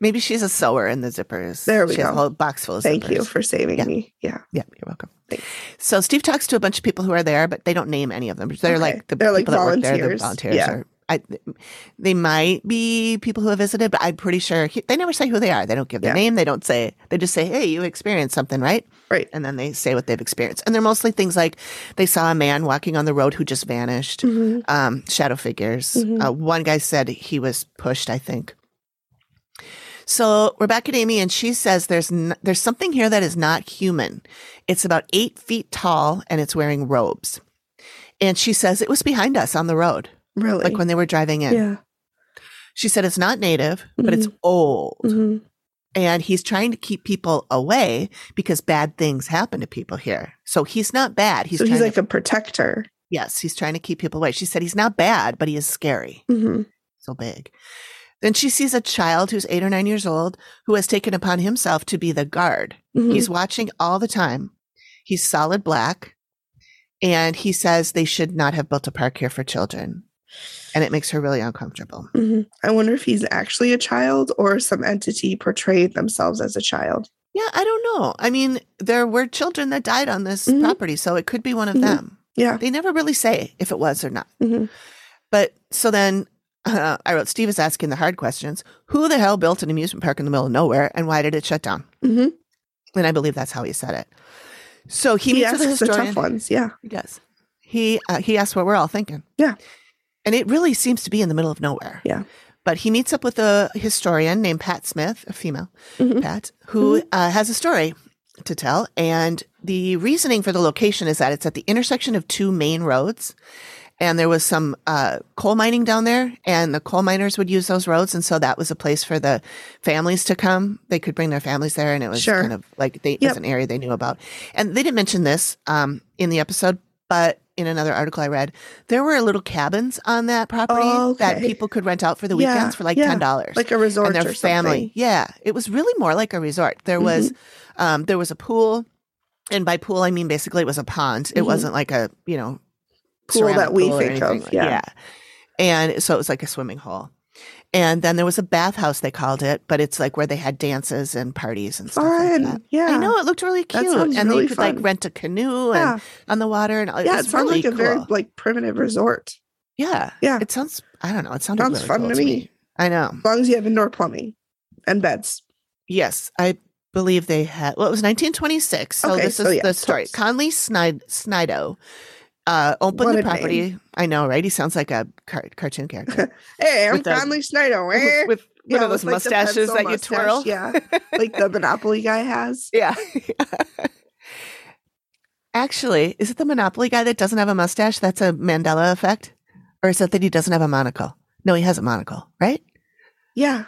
Speaker 3: Maybe she's a sewer in the zippers.
Speaker 2: There we
Speaker 3: she Has a
Speaker 2: go.
Speaker 3: whole box full of
Speaker 2: Thank
Speaker 3: zippers.
Speaker 2: you for saving
Speaker 3: Yeah.
Speaker 2: me. Yeah.
Speaker 3: Yeah, you're welcome.
Speaker 2: Thanks.
Speaker 3: So Steve talks to a bunch of people who are there, but they don't name any of them. They're
Speaker 2: Okay.
Speaker 3: like the
Speaker 2: They're like
Speaker 3: people that work there, the
Speaker 2: volunteers.
Speaker 3: volunteers.
Speaker 2: Yeah.
Speaker 3: Are, I, they might be people who have visited, but I'm pretty sure he, they never say who they are. They don't give their
Speaker 2: Yeah.
Speaker 3: name. They don't say. They just say, "Hey, you experienced something, right?"
Speaker 2: Right.
Speaker 3: And then they say what they've experienced, and they're mostly things like they saw a man walking on the road who just vanished.
Speaker 2: Mhm.
Speaker 3: Um, shadow figures.
Speaker 2: Mhm.
Speaker 3: Uh, one guy said he was pushed. I think. So we're back at Amy, and she says there's n- there's something here that is not human. It's about eight feet tall, and it's wearing robes. And she says it was behind us on the road,
Speaker 2: Really.
Speaker 3: like when they were driving in.
Speaker 2: yeah. Mm-hmm.
Speaker 3: She said it's not native, but it's old,
Speaker 2: Mhm.
Speaker 3: and he's trying to keep people away because bad things happen to people here. So he's not bad. He's
Speaker 2: so
Speaker 3: trying
Speaker 2: he's like
Speaker 3: to,
Speaker 2: a protector.
Speaker 3: yes, he's trying to keep people away. She said he's not bad, but he is scary.
Speaker 2: hmm
Speaker 3: so big. Then she sees a child who's eight or nine years old who has taken upon himself to be the guard.
Speaker 2: Mm-hmm.
Speaker 3: He's watching all the time. He's solid black. And he says they should not have built a park here for children. And it makes her really uncomfortable.
Speaker 2: Mm-hmm. I wonder if he's actually a child or some entity portrayed themselves as a child.
Speaker 3: Yeah, I don't know. I mean, there were children that died on this
Speaker 2: Mhm.
Speaker 3: property, so it could be one of
Speaker 2: Mhm.
Speaker 3: them.
Speaker 2: Yeah.
Speaker 3: They never really say if it was or not.
Speaker 2: Mhm.
Speaker 3: But so then *laughs* uh, I wrote Steve is asking the hard questions. Who the hell built an amusement park in the middle of nowhere and why did it shut down?
Speaker 2: Mhm.
Speaker 3: And I believe that's how he said it. So he,
Speaker 2: He,
Speaker 3: meets with a
Speaker 2: asks the
Speaker 3: historian.
Speaker 2: tough ones. Yeah.
Speaker 3: He does. He uh, he asks what we're all thinking.
Speaker 2: Yeah.
Speaker 3: And it really seems to be in the middle of nowhere.
Speaker 2: Yeah.
Speaker 3: But he meets up with a historian named Pat Smith, a female
Speaker 2: Mhm.
Speaker 3: Pat, who uh, has a story to tell. And the reasoning for the location is that it's at the intersection of two main roads. And there was some uh, coal mining down there, and the coal miners would use those roads. And so that was a place for the families to come. They could bring their families there, and it was
Speaker 2: Sure.
Speaker 3: kind of like they, it
Speaker 2: Yep.
Speaker 3: was an area they knew about. And they didn't mention this um, in the episode, but in another article I read, there were little cabins on that property
Speaker 2: Oh,
Speaker 3: that
Speaker 2: okay.
Speaker 3: people could rent out for the
Speaker 2: Yeah,
Speaker 3: weekends for like
Speaker 2: yeah.
Speaker 3: $10
Speaker 2: Like a resort
Speaker 3: and their
Speaker 2: or
Speaker 3: family.
Speaker 2: something. Mm-hmm.
Speaker 3: Yeah, it was really more like a resort. There was, um, there was a pool, and by pool I mean basically it was a pond. It
Speaker 2: Mhm.
Speaker 3: wasn't like a you know
Speaker 2: Pool that
Speaker 3: ceramic
Speaker 2: we
Speaker 3: pool or
Speaker 2: think
Speaker 3: anything
Speaker 2: of,
Speaker 3: like-
Speaker 2: yeah.
Speaker 3: and so it was like a swimming hole. And then there was a bathhouse they called it, but it's like where they had dances and parties and stuff
Speaker 2: Fun.
Speaker 3: like that.
Speaker 2: yeah.
Speaker 3: I know it looked really
Speaker 2: That
Speaker 3: cute,
Speaker 2: sounds
Speaker 3: and
Speaker 2: really
Speaker 3: they could
Speaker 2: fun.
Speaker 3: like rent a canoe
Speaker 2: Yeah.
Speaker 3: and on the water and all.
Speaker 2: yeah.
Speaker 3: it,
Speaker 2: It
Speaker 3: was
Speaker 2: sounds
Speaker 3: really
Speaker 2: like a
Speaker 3: cool.
Speaker 2: very like primitive resort.
Speaker 3: yeah
Speaker 2: Yeah.
Speaker 3: It sounds I don't know. It sounded
Speaker 2: Sounds
Speaker 3: really
Speaker 2: fun
Speaker 3: cool
Speaker 2: to
Speaker 3: me.
Speaker 2: me.
Speaker 3: I know.
Speaker 2: As long as you have indoor plumbing and beds.
Speaker 3: Yes, I believe they had. Well, it was 1926. So
Speaker 2: Okay,
Speaker 3: this
Speaker 2: so
Speaker 3: is
Speaker 2: yeah,
Speaker 3: the story.
Speaker 2: totes.
Speaker 3: Conley Snide, Snido uh, opened
Speaker 2: What
Speaker 3: the
Speaker 2: a name.
Speaker 3: property. I know, right? He sounds like a car- cartoon
Speaker 2: *laughs*
Speaker 3: character
Speaker 2: Hey, I'm
Speaker 3: With the-
Speaker 2: Conley Snyder. Eh?
Speaker 3: *laughs* with
Speaker 2: *laughs* Yeah,
Speaker 3: one of those
Speaker 2: with, like, the
Speaker 3: mustaches
Speaker 2: pencil
Speaker 3: that you
Speaker 2: mustache,
Speaker 3: twirl.
Speaker 2: Yeah. Like the Monopoly
Speaker 3: *laughs*
Speaker 2: guy has.
Speaker 3: yeah. Actually, is it the Monopoly guy that doesn't have a mustache? That's a Mandela effect, or is it that he doesn't have a monocle? No, he has a monocle, right?
Speaker 2: Yeah.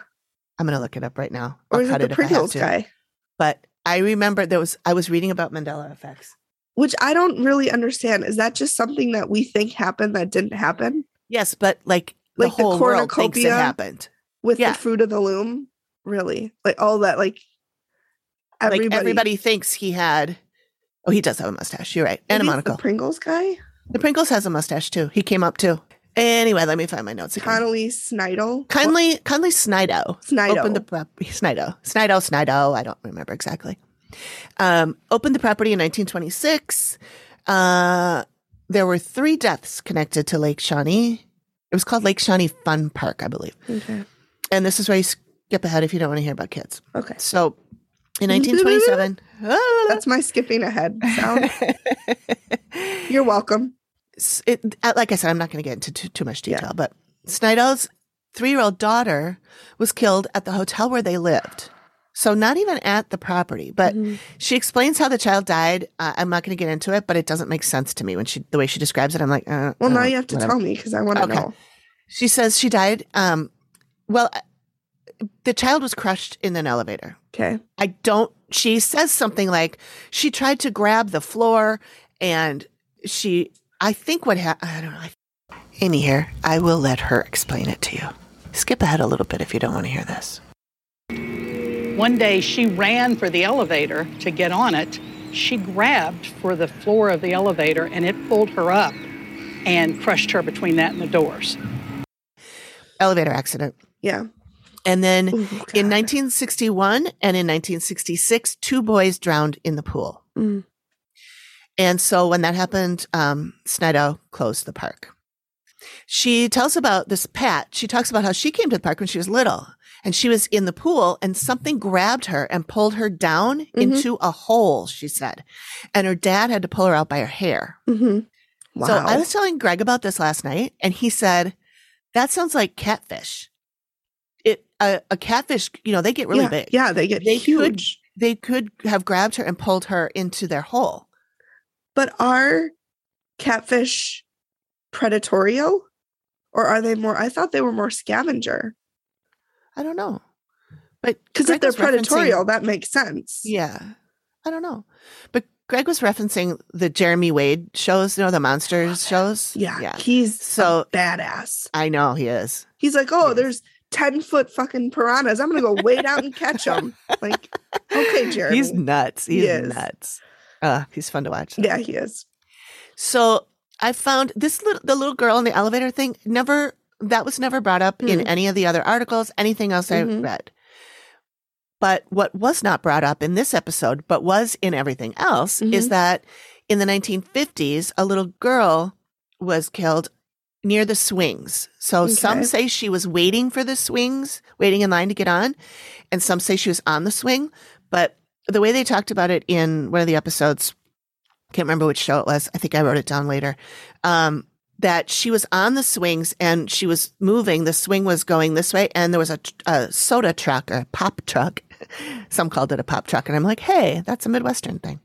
Speaker 3: I'm gonna look it up right now.
Speaker 2: Or
Speaker 3: I'll
Speaker 2: is it
Speaker 3: cut
Speaker 2: the
Speaker 3: if I have
Speaker 2: Pringles
Speaker 3: to.
Speaker 2: guy?
Speaker 3: But I remember there was I was reading about Mandela effects.
Speaker 2: Which I don't really understand. Is that just something that we think happened that didn't happen
Speaker 3: Yes, but like,
Speaker 2: Like
Speaker 3: the
Speaker 2: the
Speaker 3: whole world thinks it
Speaker 2: cornucopia?
Speaker 3: happened.
Speaker 2: with
Speaker 3: Yeah.
Speaker 2: the fruit of the loom? Really? Like all that, like everybody,
Speaker 3: Like everybody thinks he had. Oh, he does have a mustache. You're right, and
Speaker 2: Maybe
Speaker 3: a
Speaker 2: it's
Speaker 3: monocle.
Speaker 2: The Pringles guy?
Speaker 3: the Pringles has a mustache too. He came up too. Anyway, let me find my notes again.
Speaker 2: Connolly Snidel.
Speaker 3: Kindly, kindly Snido
Speaker 2: Snido.
Speaker 3: opened the property. Snido, Snido, Snido. I don't remember exactly. Um, opened the property in 1926. Uh, there were three deaths connected to Lake Shawnee. It was called Lake Shawnee Fun Park, I believe.
Speaker 2: okay.
Speaker 3: And this is where you skip ahead if you don't want to hear about kids.
Speaker 2: Okay.
Speaker 3: So
Speaker 2: Mm-hmm.
Speaker 3: in 1927,
Speaker 2: That's my skipping ahead
Speaker 3: *laughs*
Speaker 2: sound. You're welcome.
Speaker 3: S- it, uh, like I said, I'm not going to get into too, too much
Speaker 2: Yeah.
Speaker 3: detail, but Snidel's three year old daughter was killed at the hotel where they lived. So not even at the property, but
Speaker 2: Mm-hmm.
Speaker 3: she explains how the child died. Uh, I'm not going to get into it, but it doesn't make sense to me when she the way she describes it. I'm like, uh,
Speaker 2: Well,
Speaker 3: uh,
Speaker 2: now you have to
Speaker 3: whatever.
Speaker 2: tell me because I want to
Speaker 3: Okay.
Speaker 2: know.
Speaker 3: She says she died. Um, well, uh, the child was crushed in an elevator.
Speaker 2: Okay.
Speaker 3: I don't. She says something like she tried to grab the floor, and she. I think what happened. I don't know. I, Amy here. I will let her explain it to you. Skip ahead a little bit if you don't want to hear this.
Speaker 6: One day she ran for the elevator to get on it. She grabbed for the floor of the elevator and it pulled her up. and crushed her between that and the doors.
Speaker 3: Elevator accident.
Speaker 2: Yeah.
Speaker 3: And then
Speaker 2: Ooh,
Speaker 3: in
Speaker 2: Oh, God.
Speaker 3: 1961 and in 1966, two boys drowned in the pool.
Speaker 2: Mm.
Speaker 3: And so when that happened, um, Snyder closed the park. She tells about this Pat. She talks about how she came to the park when she was little and she was in the pool and something grabbed her and pulled her down
Speaker 2: Mm-hmm.
Speaker 3: into a hole, she said. And her dad had to pull her out by her hair.
Speaker 2: Mhm. Wow.
Speaker 3: So I was telling Greg about this last night, and he said, "That sounds like catfish. It a, a catfish. You know, they get really
Speaker 2: yeah,
Speaker 3: big.
Speaker 2: Yeah, they get
Speaker 3: They could-
Speaker 2: huge.
Speaker 3: They could have grabbed her and pulled her into their hole.
Speaker 2: But are catfish predatorial or are they more? I thought they were more scavenger
Speaker 3: I don't know, but
Speaker 2: because if
Speaker 3: Greg
Speaker 2: they're
Speaker 3: was referencing-
Speaker 2: predatorial, that makes sense.
Speaker 3: yeah, I don't know, but." Greg was referencing the Jeremy Wade shows, you know, the monsters shows.
Speaker 2: Yeah,
Speaker 3: Yeah.
Speaker 2: he's so
Speaker 3: So-
Speaker 2: badass.
Speaker 3: I know he is.
Speaker 2: He's like, oh,
Speaker 3: Yes.
Speaker 2: there's ten foot fucking piranhas. I'm gonna go wade out and
Speaker 3: *laughs*
Speaker 2: catch them. Like, okay, Jeremy.
Speaker 3: He's nuts.
Speaker 2: He
Speaker 3: He's
Speaker 2: is.
Speaker 3: nuts. Uh, he's fun to watch.
Speaker 2: yeah, he is.
Speaker 3: So I found this little the little girl in the elevator thing never that was never brought up in
Speaker 2: Mm.
Speaker 3: any of the other articles, anything else I
Speaker 2: Mhm.
Speaker 3: read. But what was not brought up in this episode, but was in everything else,
Speaker 2: Mm-hmm.
Speaker 3: is that in the 1950s, a little girl was killed near the swings. So some
Speaker 2: Okay.
Speaker 3: say she was waiting for the swings, waiting in line to get on, and some say she was on the swing. But the way they talked about it in one of the episodes, can't remember which show it was. I think I wrote it down later. Um, that she was on the swings and she was moving. The swing was going this way, and there was a, tr- a soda truck, a pop truck. *laughs* some called it a pop truck, and I'm like, hey, that's a Midwestern thing.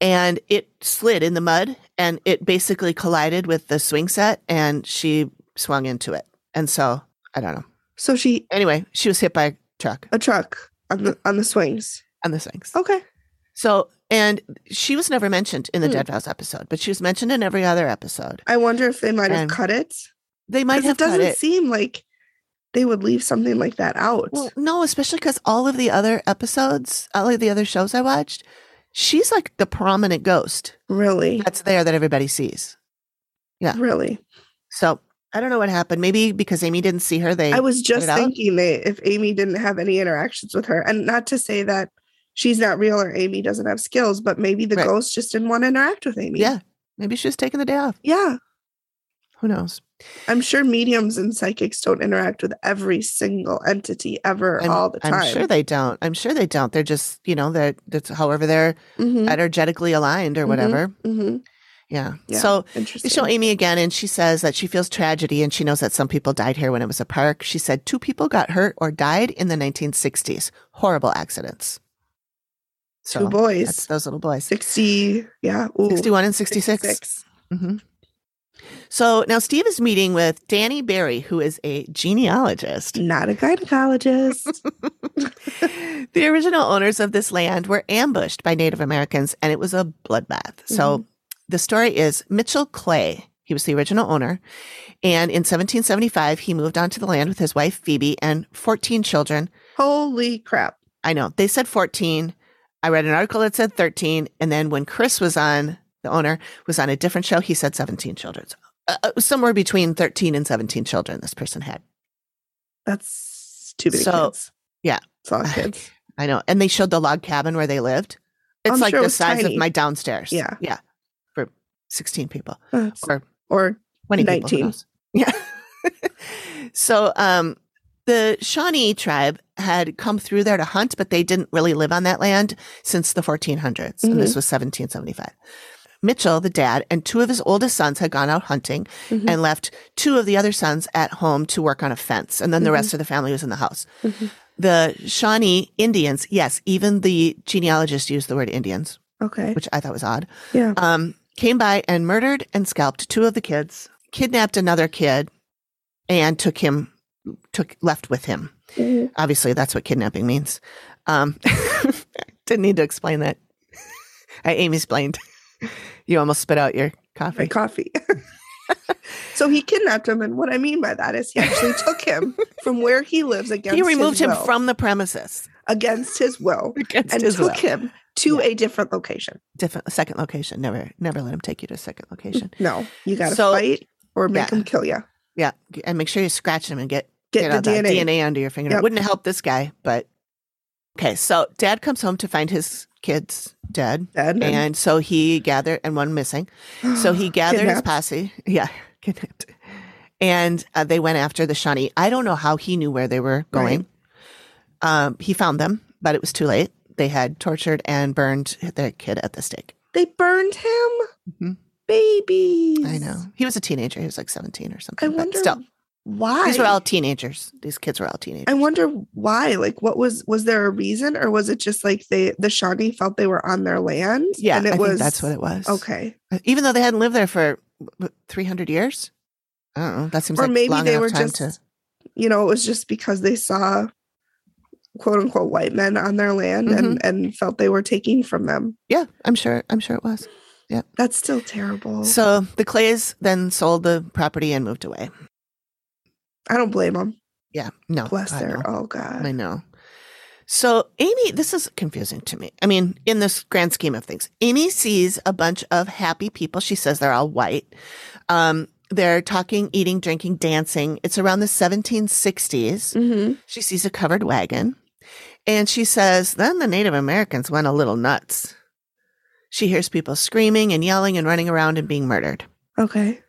Speaker 3: And it slid in the mud, and it basically collided with the swing set, and she swung into it. And so I don't know.
Speaker 2: So she
Speaker 3: Anyway, she was hit by a truck
Speaker 2: a truck on the on the swings.
Speaker 3: on the swings.
Speaker 2: Okay.
Speaker 3: So, and she was never mentioned in the
Speaker 2: Hmm.
Speaker 3: Dead Vows episode, but she was mentioned in every other episode.
Speaker 2: I wonder if they might have
Speaker 3: And
Speaker 2: cut it.
Speaker 3: They might
Speaker 2: Because
Speaker 3: have
Speaker 2: it doesn't
Speaker 3: cut it.
Speaker 2: seem like they would leave something like that out.
Speaker 3: well, no, especially because all of the other episodes, all of the other shows I watched, she's like the prominent ghost
Speaker 2: really,
Speaker 3: that's there that everybody sees. yeah.
Speaker 2: really.
Speaker 3: So I don't know what happened. Maybe because Amy didn't see her, they
Speaker 2: I was just
Speaker 3: it out?
Speaker 2: thinking that if Amy didn't have any interactions with her, and not to say that she's not real or Amy doesn't have skills, but maybe the
Speaker 3: Right.
Speaker 2: ghost just didn't want to interact with Amy.
Speaker 3: yeah, maybe she was taking the day off.
Speaker 2: Yeah.
Speaker 3: Who knows?
Speaker 2: I'm sure mediums and psychics don't interact with every single entity ever
Speaker 3: I'm,
Speaker 2: all the time.
Speaker 3: I'm sure they don't. I'm sure they don't. They're just you know they're that's however they're
Speaker 2: Mhm,
Speaker 3: energetically aligned or whatever.
Speaker 2: mhm.
Speaker 3: Yeah.
Speaker 2: Mm-hmm. Yeah.
Speaker 3: So They
Speaker 2: Interesting.
Speaker 3: show Amy again, and she says that she feels tragedy and she knows that some people died here when it was a park. She said two people got hurt or died in the 1960s. Horrible accidents. So
Speaker 2: Two boys.
Speaker 3: That's those little boys.
Speaker 2: 60. Yeah. Ooh,
Speaker 3: 61 and 66. hmm So now Steve is meeting with Danny Barry, who is a genealogist.
Speaker 2: Not a gynecologist.
Speaker 3: *laughs* the original owners of this land were ambushed by Native Americans and it was a bloodbath. So the story is Mitchell Clay. He was the original owner. And in 1775, he moved onto the land with his wife, Phoebe, and 14 children.
Speaker 2: Holy crap.
Speaker 3: I know they said 14. I read an article that said 13. And then when Chris was on, the owner was on a different show, he said 17 children. So, Uh, uh, somewhere between 13 and 17 children, this person had.
Speaker 2: That's too many
Speaker 3: So,
Speaker 2: kids.
Speaker 3: yeah. *laughs*
Speaker 2: It's a lot of kids.
Speaker 3: I know. And they showed the log cabin where they lived. It's
Speaker 2: I'm
Speaker 3: like
Speaker 2: sure it
Speaker 3: the
Speaker 2: was
Speaker 3: size
Speaker 2: tiny.
Speaker 3: of my downstairs.
Speaker 2: Yeah.
Speaker 3: Yeah. For 16 people
Speaker 2: That's-
Speaker 3: or
Speaker 2: or
Speaker 3: 20 people. who
Speaker 2: 19.
Speaker 3: knows? Yeah. *laughs* so um, the Shawnee tribe had come through there to hunt, but they didn't really live on that land since the 1400s. And this was 1775. Mitchell, the dad, and two of his oldest sons had gone out hunting
Speaker 2: Mhm.
Speaker 3: and left two of the other sons at home to work on a fence. And then the rest of the family was in the house. The Shawnee Indians, yes, even the genealogist used the word Indians,
Speaker 2: okay.
Speaker 3: which I thought was odd,
Speaker 2: Yeah.
Speaker 3: um, came by and murdered and scalped two of the kids, kidnapped another kid, and took him, took left with him.
Speaker 2: Mm-hmm.
Speaker 3: Obviously, that's what kidnapping means. Um, *laughs* didn't need to explain that. *laughs* I Amy explained. *laughs* you almost spit out your
Speaker 2: my
Speaker 3: coffee.
Speaker 2: coffee. *laughs*
Speaker 3: *laughs*
Speaker 2: so he kidnapped him, and what I mean by that is he actually took him from where he lives against.
Speaker 3: He removed
Speaker 2: his
Speaker 3: him
Speaker 2: will.
Speaker 3: from the premises.
Speaker 2: against his will
Speaker 3: Against
Speaker 2: and
Speaker 3: his
Speaker 2: took
Speaker 3: will.
Speaker 2: him to a different location.
Speaker 3: Different second location. Never, never let him take you to a second location.
Speaker 2: No, you got to
Speaker 3: So-
Speaker 2: fight or make
Speaker 3: Yeah.
Speaker 2: him kill you.
Speaker 3: Yeah, and make sure you scratch him and get
Speaker 2: Get
Speaker 3: all
Speaker 2: the
Speaker 3: that
Speaker 2: DNA.
Speaker 3: DNA under your finger.
Speaker 2: Yep.
Speaker 3: Wouldn't help this guy, but okay. So dad comes home to find his kids dead,
Speaker 2: Dead and-
Speaker 3: and so he gathered and one missing. So
Speaker 2: *gasps*
Speaker 3: he gathered his
Speaker 2: Kidnapped.
Speaker 3: posse. *laughs* Yeah, kidnapped. And uh, they went after the Shawnee. I don't know how he knew where they were going. Um, he found them, but it was too late. They had tortured and burned their kid at the stake.
Speaker 2: They burned him.
Speaker 3: Mhm.
Speaker 2: Babies.
Speaker 3: I know. He was a teenager. He was like 17 or
Speaker 2: I
Speaker 3: something. but
Speaker 2: wonder
Speaker 3: still.
Speaker 2: why.
Speaker 3: These were all teenagers. These kids were all teenagers.
Speaker 2: I wonder why. Like, what was was there a reason, or was it just like they the Shawnee felt they were on their land?
Speaker 3: yeah,
Speaker 2: and it
Speaker 3: I
Speaker 2: was
Speaker 3: think that's what it was.
Speaker 2: Okay,
Speaker 3: Even though they hadn't lived there for three hundred years, I don't know. That seems
Speaker 2: or
Speaker 3: like
Speaker 2: maybe
Speaker 3: long
Speaker 2: they
Speaker 3: enough
Speaker 2: were
Speaker 3: time
Speaker 2: just,
Speaker 3: to.
Speaker 2: you know, it was just because they saw quote unquote white men on their land
Speaker 3: Mm-hmm.
Speaker 2: and and felt they were taking from them.
Speaker 3: Yeah, I'm sure. I'm sure it was.
Speaker 2: That's still terrible.
Speaker 3: So the Clays then sold the property and moved away.
Speaker 2: I don't blame them.
Speaker 3: Yeah, no,
Speaker 2: Bless
Speaker 3: God,
Speaker 2: their
Speaker 3: no.
Speaker 2: oh god.
Speaker 3: I know. So Amy, this is confusing to me. I mean, in this grand scheme of things, Amy sees a bunch of happy people. She says they're all white. Um, they're talking, eating, drinking, dancing. It's around the 1760s.
Speaker 2: hmm
Speaker 3: She sees a covered wagon and she says, Then the Native Americans went a little nuts. She hears people screaming and yelling and running around and being murdered.
Speaker 2: Okay.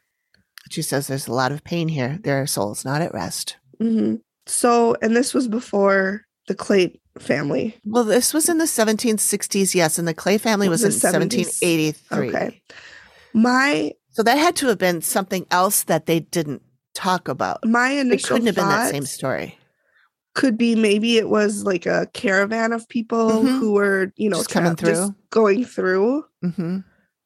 Speaker 3: She says, There's a lot of pain here. There are souls not at rest.
Speaker 2: hmm So, and this was before the Clayt family.
Speaker 3: Well, this was in the 1760s, yes, and the Clay family was
Speaker 2: The
Speaker 3: in
Speaker 2: 70s.
Speaker 3: 1783.
Speaker 2: Okay. My
Speaker 3: So that had to have been something else that they didn't talk about.
Speaker 2: my
Speaker 3: It
Speaker 2: initial
Speaker 3: couldn't have been that
Speaker 2: thought
Speaker 3: same story.
Speaker 2: could be maybe it was like a caravan of people
Speaker 3: Mhm.
Speaker 2: who were you know
Speaker 3: Just coming
Speaker 2: tra- just
Speaker 3: through.
Speaker 2: going through
Speaker 3: hmm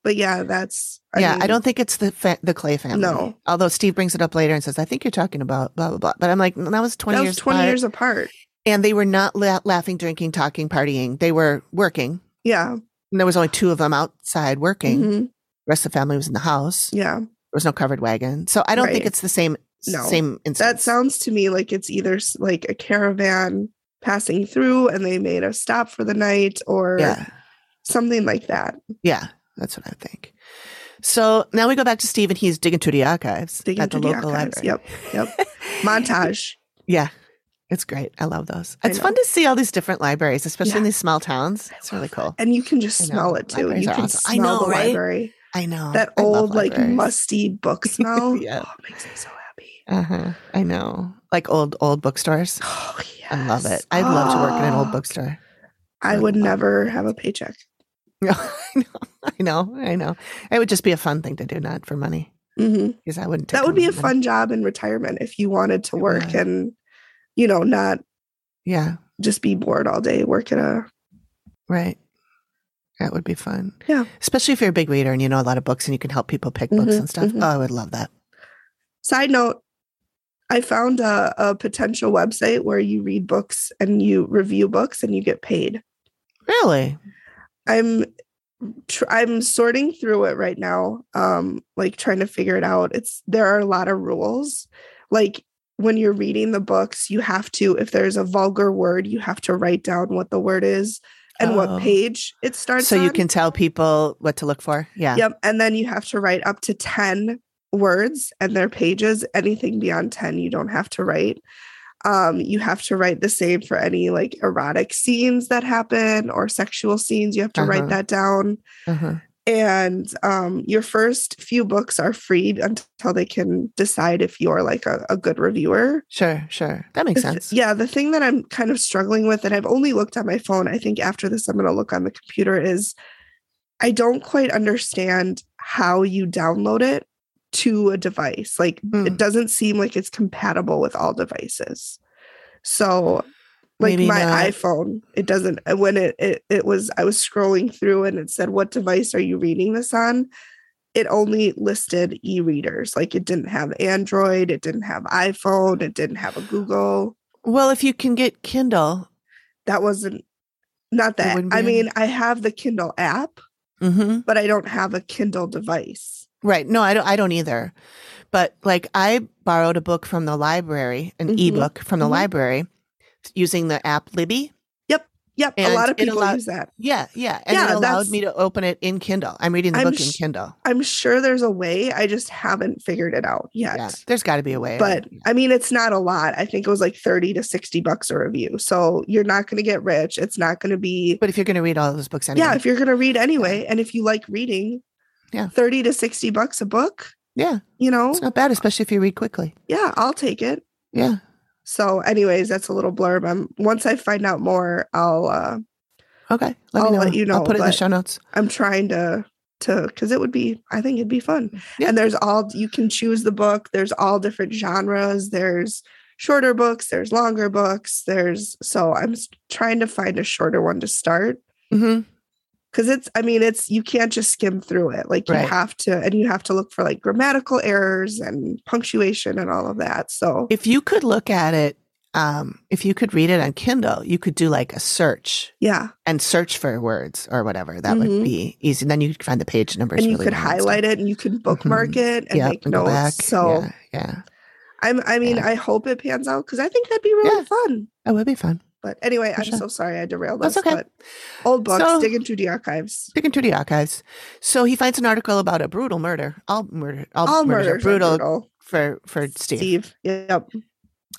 Speaker 2: but yeah that's
Speaker 3: yeah, I
Speaker 2: mean,
Speaker 3: don't think it's the fa- the Clay family.
Speaker 2: No.
Speaker 3: although Steve brings it up later and says, "I think you're talking about blah blah blah." But I'm like, "No, that was twenty
Speaker 2: that
Speaker 3: years.
Speaker 2: was 20
Speaker 3: apart."
Speaker 2: years apart
Speaker 3: and they were not la- laughing, drinking, talking, partying. They were working.
Speaker 2: yeah
Speaker 3: And there was only two of them outside working.
Speaker 2: Mhm.
Speaker 3: rest of the family was in the house. There
Speaker 2: yeah
Speaker 3: was no covered wagon. So I don't think
Speaker 2: Right.
Speaker 3: it's the same
Speaker 2: No.
Speaker 3: same
Speaker 2: that
Speaker 3: instance.
Speaker 2: sounds to me like it's either s- like a caravan passing through and they made a stop for the night or
Speaker 3: yeah.
Speaker 2: something like that
Speaker 3: Yeah. That's what I think. So now we go back to Steve and he's digging through the archives
Speaker 2: Digging
Speaker 3: at the
Speaker 2: through the
Speaker 3: local
Speaker 2: archives.
Speaker 3: library.
Speaker 2: Yep,
Speaker 3: *laughs*
Speaker 2: montage
Speaker 3: Yeah. It's great. I love those.
Speaker 2: I
Speaker 3: It's
Speaker 2: know.
Speaker 3: fun to see all these different libraries, especially in
Speaker 2: Yeah.
Speaker 3: these small towns. It's really cool.
Speaker 2: and you can just
Speaker 3: I know.
Speaker 2: smell it too
Speaker 3: Libraries
Speaker 2: you
Speaker 3: are
Speaker 2: can
Speaker 3: awesome. I
Speaker 2: smell
Speaker 3: know,
Speaker 2: the
Speaker 3: right?
Speaker 2: library
Speaker 3: I know.
Speaker 2: that
Speaker 3: I love
Speaker 2: old like
Speaker 3: libraries.
Speaker 2: musty book smell
Speaker 3: *laughs* Yeah.
Speaker 2: oh, it makes me so happy
Speaker 3: Uh-huh. I know. Like old old bookstores.
Speaker 2: *gasps* Oh, yes.
Speaker 3: I love it. I'd love to work in an old
Speaker 2: Oh,
Speaker 3: bookstore. *laughs*
Speaker 2: I would never have a paycheck.
Speaker 3: No, I know, I know, I know. It would just be a fun thing to do, not for money,
Speaker 2: Mhm.
Speaker 3: because I wouldn't. take
Speaker 2: That would
Speaker 3: on
Speaker 2: be a
Speaker 3: money.
Speaker 2: fun job in retirement if you wanted to
Speaker 3: It
Speaker 2: work
Speaker 3: would.
Speaker 2: and, you know, not
Speaker 3: Yeah,
Speaker 2: just be bored all day. Work at a
Speaker 3: right. That would be fun.
Speaker 2: Yeah.
Speaker 3: especially if you're a big reader and you know a lot of books and you can help people pick books
Speaker 2: Mhm,
Speaker 3: and stuff.
Speaker 2: mhm.
Speaker 3: Oh, I would love that.
Speaker 2: side note. I found a, a potential website where you read books and you review books and you get paid.
Speaker 3: Really?
Speaker 2: I'm tr- I'm sorting through it right now, um, like trying to figure it out. It's there are a lot of rules. Like when you're reading the books, you have to, if there's a vulgar word, you have to write down what the word is and
Speaker 3: Oh.
Speaker 2: what page it starts.
Speaker 3: So you
Speaker 2: on.
Speaker 3: can tell people what to look for. Yeah.
Speaker 2: Yep. And then you have to write up to 10 words and their pages. Anything beyond 10, you don't have to write. Um, you have to write the same for any like erotic scenes that happen or sexual scenes. You have to
Speaker 3: Uh-huh.
Speaker 2: write that down.
Speaker 3: Uh-huh.
Speaker 2: And um, your first few books are free until they can decide if you're like a, a good reviewer.
Speaker 3: Sure, sure. That makes
Speaker 2: The th-
Speaker 3: sense.
Speaker 2: Yeah, the thing that I'm kind of struggling with, and I've only looked on my phone, I think after this, I'm going to look on the computer, is I don't quite understand how you download it to a device. Like,
Speaker 3: Hmm.
Speaker 2: it doesn't seem like it's compatible with all devices. So, like
Speaker 3: Maybe
Speaker 2: my
Speaker 3: not.
Speaker 2: iPhone, it doesn't, uh, when it, it, it was, I was scrolling through and it said, What device are you reading this on? It only listed e readers. Like, it didn't have Android, it didn't have iPhone, it didn't have a Google
Speaker 3: Well, if you can get Kindle,
Speaker 2: that wasn't not
Speaker 3: It
Speaker 2: that
Speaker 3: wouldn't be
Speaker 2: i
Speaker 3: in-
Speaker 2: mean i have the kindle app
Speaker 3: mm-hmm.
Speaker 2: but i don't have a kindle device
Speaker 3: Right. No, I don't I don't either. But like I borrowed a book from the library, an
Speaker 2: Mhm.
Speaker 3: ebook from the
Speaker 2: Mhm.
Speaker 3: library using the app Libby.
Speaker 2: Yep. Yep, a
Speaker 3: And
Speaker 2: lot of
Speaker 3: it
Speaker 2: people
Speaker 3: allow-
Speaker 2: use that.
Speaker 3: Yeah, yeah. And
Speaker 2: Yeah,
Speaker 3: it allowed
Speaker 2: that's-
Speaker 3: me to open it in Kindle. I'm reading the
Speaker 2: I'm
Speaker 3: book in
Speaker 2: sh-
Speaker 3: Kindle.
Speaker 2: I'm sure there's a way. I just haven't figured it out yet.
Speaker 3: Yeah, there's got to be a way.
Speaker 2: uh, But I mean, it's not a lot. I think it was like 30 to 60 bucks a review. So you're not going to get rich. It's not going to be,
Speaker 3: but if you're going to read all those books anyway,
Speaker 2: yeah, if you're going to read anyway. And if you like reading,
Speaker 3: Yeah.
Speaker 2: 30 to 60 bucks a book,
Speaker 3: yeah,
Speaker 2: you know,
Speaker 3: it's not bad, especially if you read quickly.
Speaker 2: yeah, I'll take it.
Speaker 3: Yeah.
Speaker 2: So, anyways, that's a little blurb. I'm, once I find out more, I'll, uh,
Speaker 3: Okay. Let me
Speaker 2: I'll
Speaker 3: know.
Speaker 2: let you know,
Speaker 3: I'll put it in the
Speaker 2: but-
Speaker 3: show notes.
Speaker 2: I'm trying to, to, cause it would be, I think it'd be fun.
Speaker 3: Yeah.
Speaker 2: And there's all, you can choose the book. There's all different genres. There's shorter books. There's longer books. There's, so I'm s- trying to find a shorter one to start. Mm-hmm.
Speaker 3: hmm
Speaker 2: because it's i mean it's you can't just skim through it like you
Speaker 3: Right.
Speaker 2: have to and you have to look for like grammatical errors and punctuation and all of that so
Speaker 3: If you could look at it, um, if you could read it on Kindle, you could do like a search
Speaker 2: yeah
Speaker 3: and search for words or whatever. That
Speaker 2: Mhm.
Speaker 3: would be easy. And then you could find the page numbers.
Speaker 2: and you
Speaker 3: really
Speaker 2: could
Speaker 3: well and stuff.
Speaker 2: highlight it and you could bookmark it and
Speaker 3: Yep,
Speaker 2: make
Speaker 3: and go
Speaker 2: notes
Speaker 3: back.
Speaker 2: so
Speaker 3: yeah, yeah,
Speaker 2: i'm i mean
Speaker 3: Yeah.
Speaker 2: i hope it pans out because i think that'd be really
Speaker 3: Yeah.
Speaker 2: fun
Speaker 3: that would be fun.
Speaker 2: but anyway
Speaker 3: For
Speaker 2: i'm
Speaker 3: sure.
Speaker 2: so sorry i derailed
Speaker 3: That's
Speaker 2: us
Speaker 3: okay.
Speaker 2: but old books
Speaker 3: So-
Speaker 2: dig into the archives
Speaker 3: Digging through the archives, so he finds an article about a brutal murder. All murder, all,
Speaker 2: all
Speaker 3: murders are
Speaker 2: murders
Speaker 3: brutal,
Speaker 2: are brutal
Speaker 3: for for Steve.
Speaker 2: yep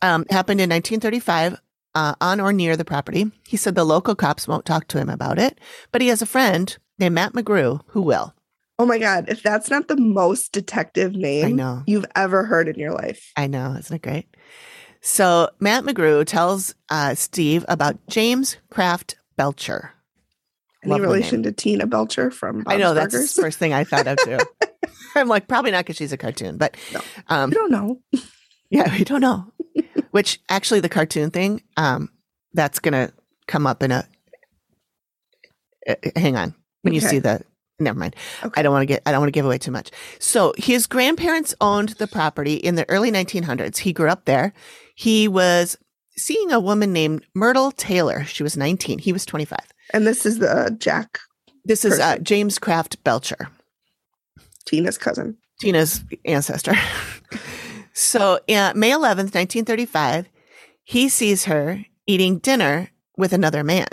Speaker 3: um, happened in 1935 uh, on or near the property. He said the local cops won't talk to him about it, but he has a friend named Matt McGrew who will.
Speaker 2: oh my god if that's not the most detective
Speaker 3: I
Speaker 2: name
Speaker 3: know,
Speaker 2: you've ever heard in your life
Speaker 3: I know, isn't it great? So Matt McGrew tells uh, Steve about James Kraft Belcher.
Speaker 2: any
Speaker 3: Lovely
Speaker 2: relation
Speaker 3: name.
Speaker 2: to tina belcher from Bob's
Speaker 3: I know that's
Speaker 2: Burgers?
Speaker 3: the first thing I thought of too. I'm like probably not because she's a cartoon, but
Speaker 2: No.
Speaker 3: um,
Speaker 2: You don't know.
Speaker 3: Yeah, *laughs* we don't know. Which actually, the cartoon thing, um, that's gonna come up in a. uh, hang on, when you
Speaker 2: Okay.
Speaker 3: see the. Never mind.
Speaker 2: Okay.
Speaker 3: I don't want to get. I don't want to give away too much. So his grandparents owned the property in the early 1900s. He grew up there. He was seeing a woman named Myrtle Taylor. She was 19. He was 25.
Speaker 2: And this is the uh, Jack
Speaker 3: This is uh,
Speaker 2: Perfect.
Speaker 3: James Kraft Belcher.
Speaker 2: Tina's cousin.
Speaker 3: Tina's ancestor. so, yeah, May 11th, 1935, he sees her eating dinner with another man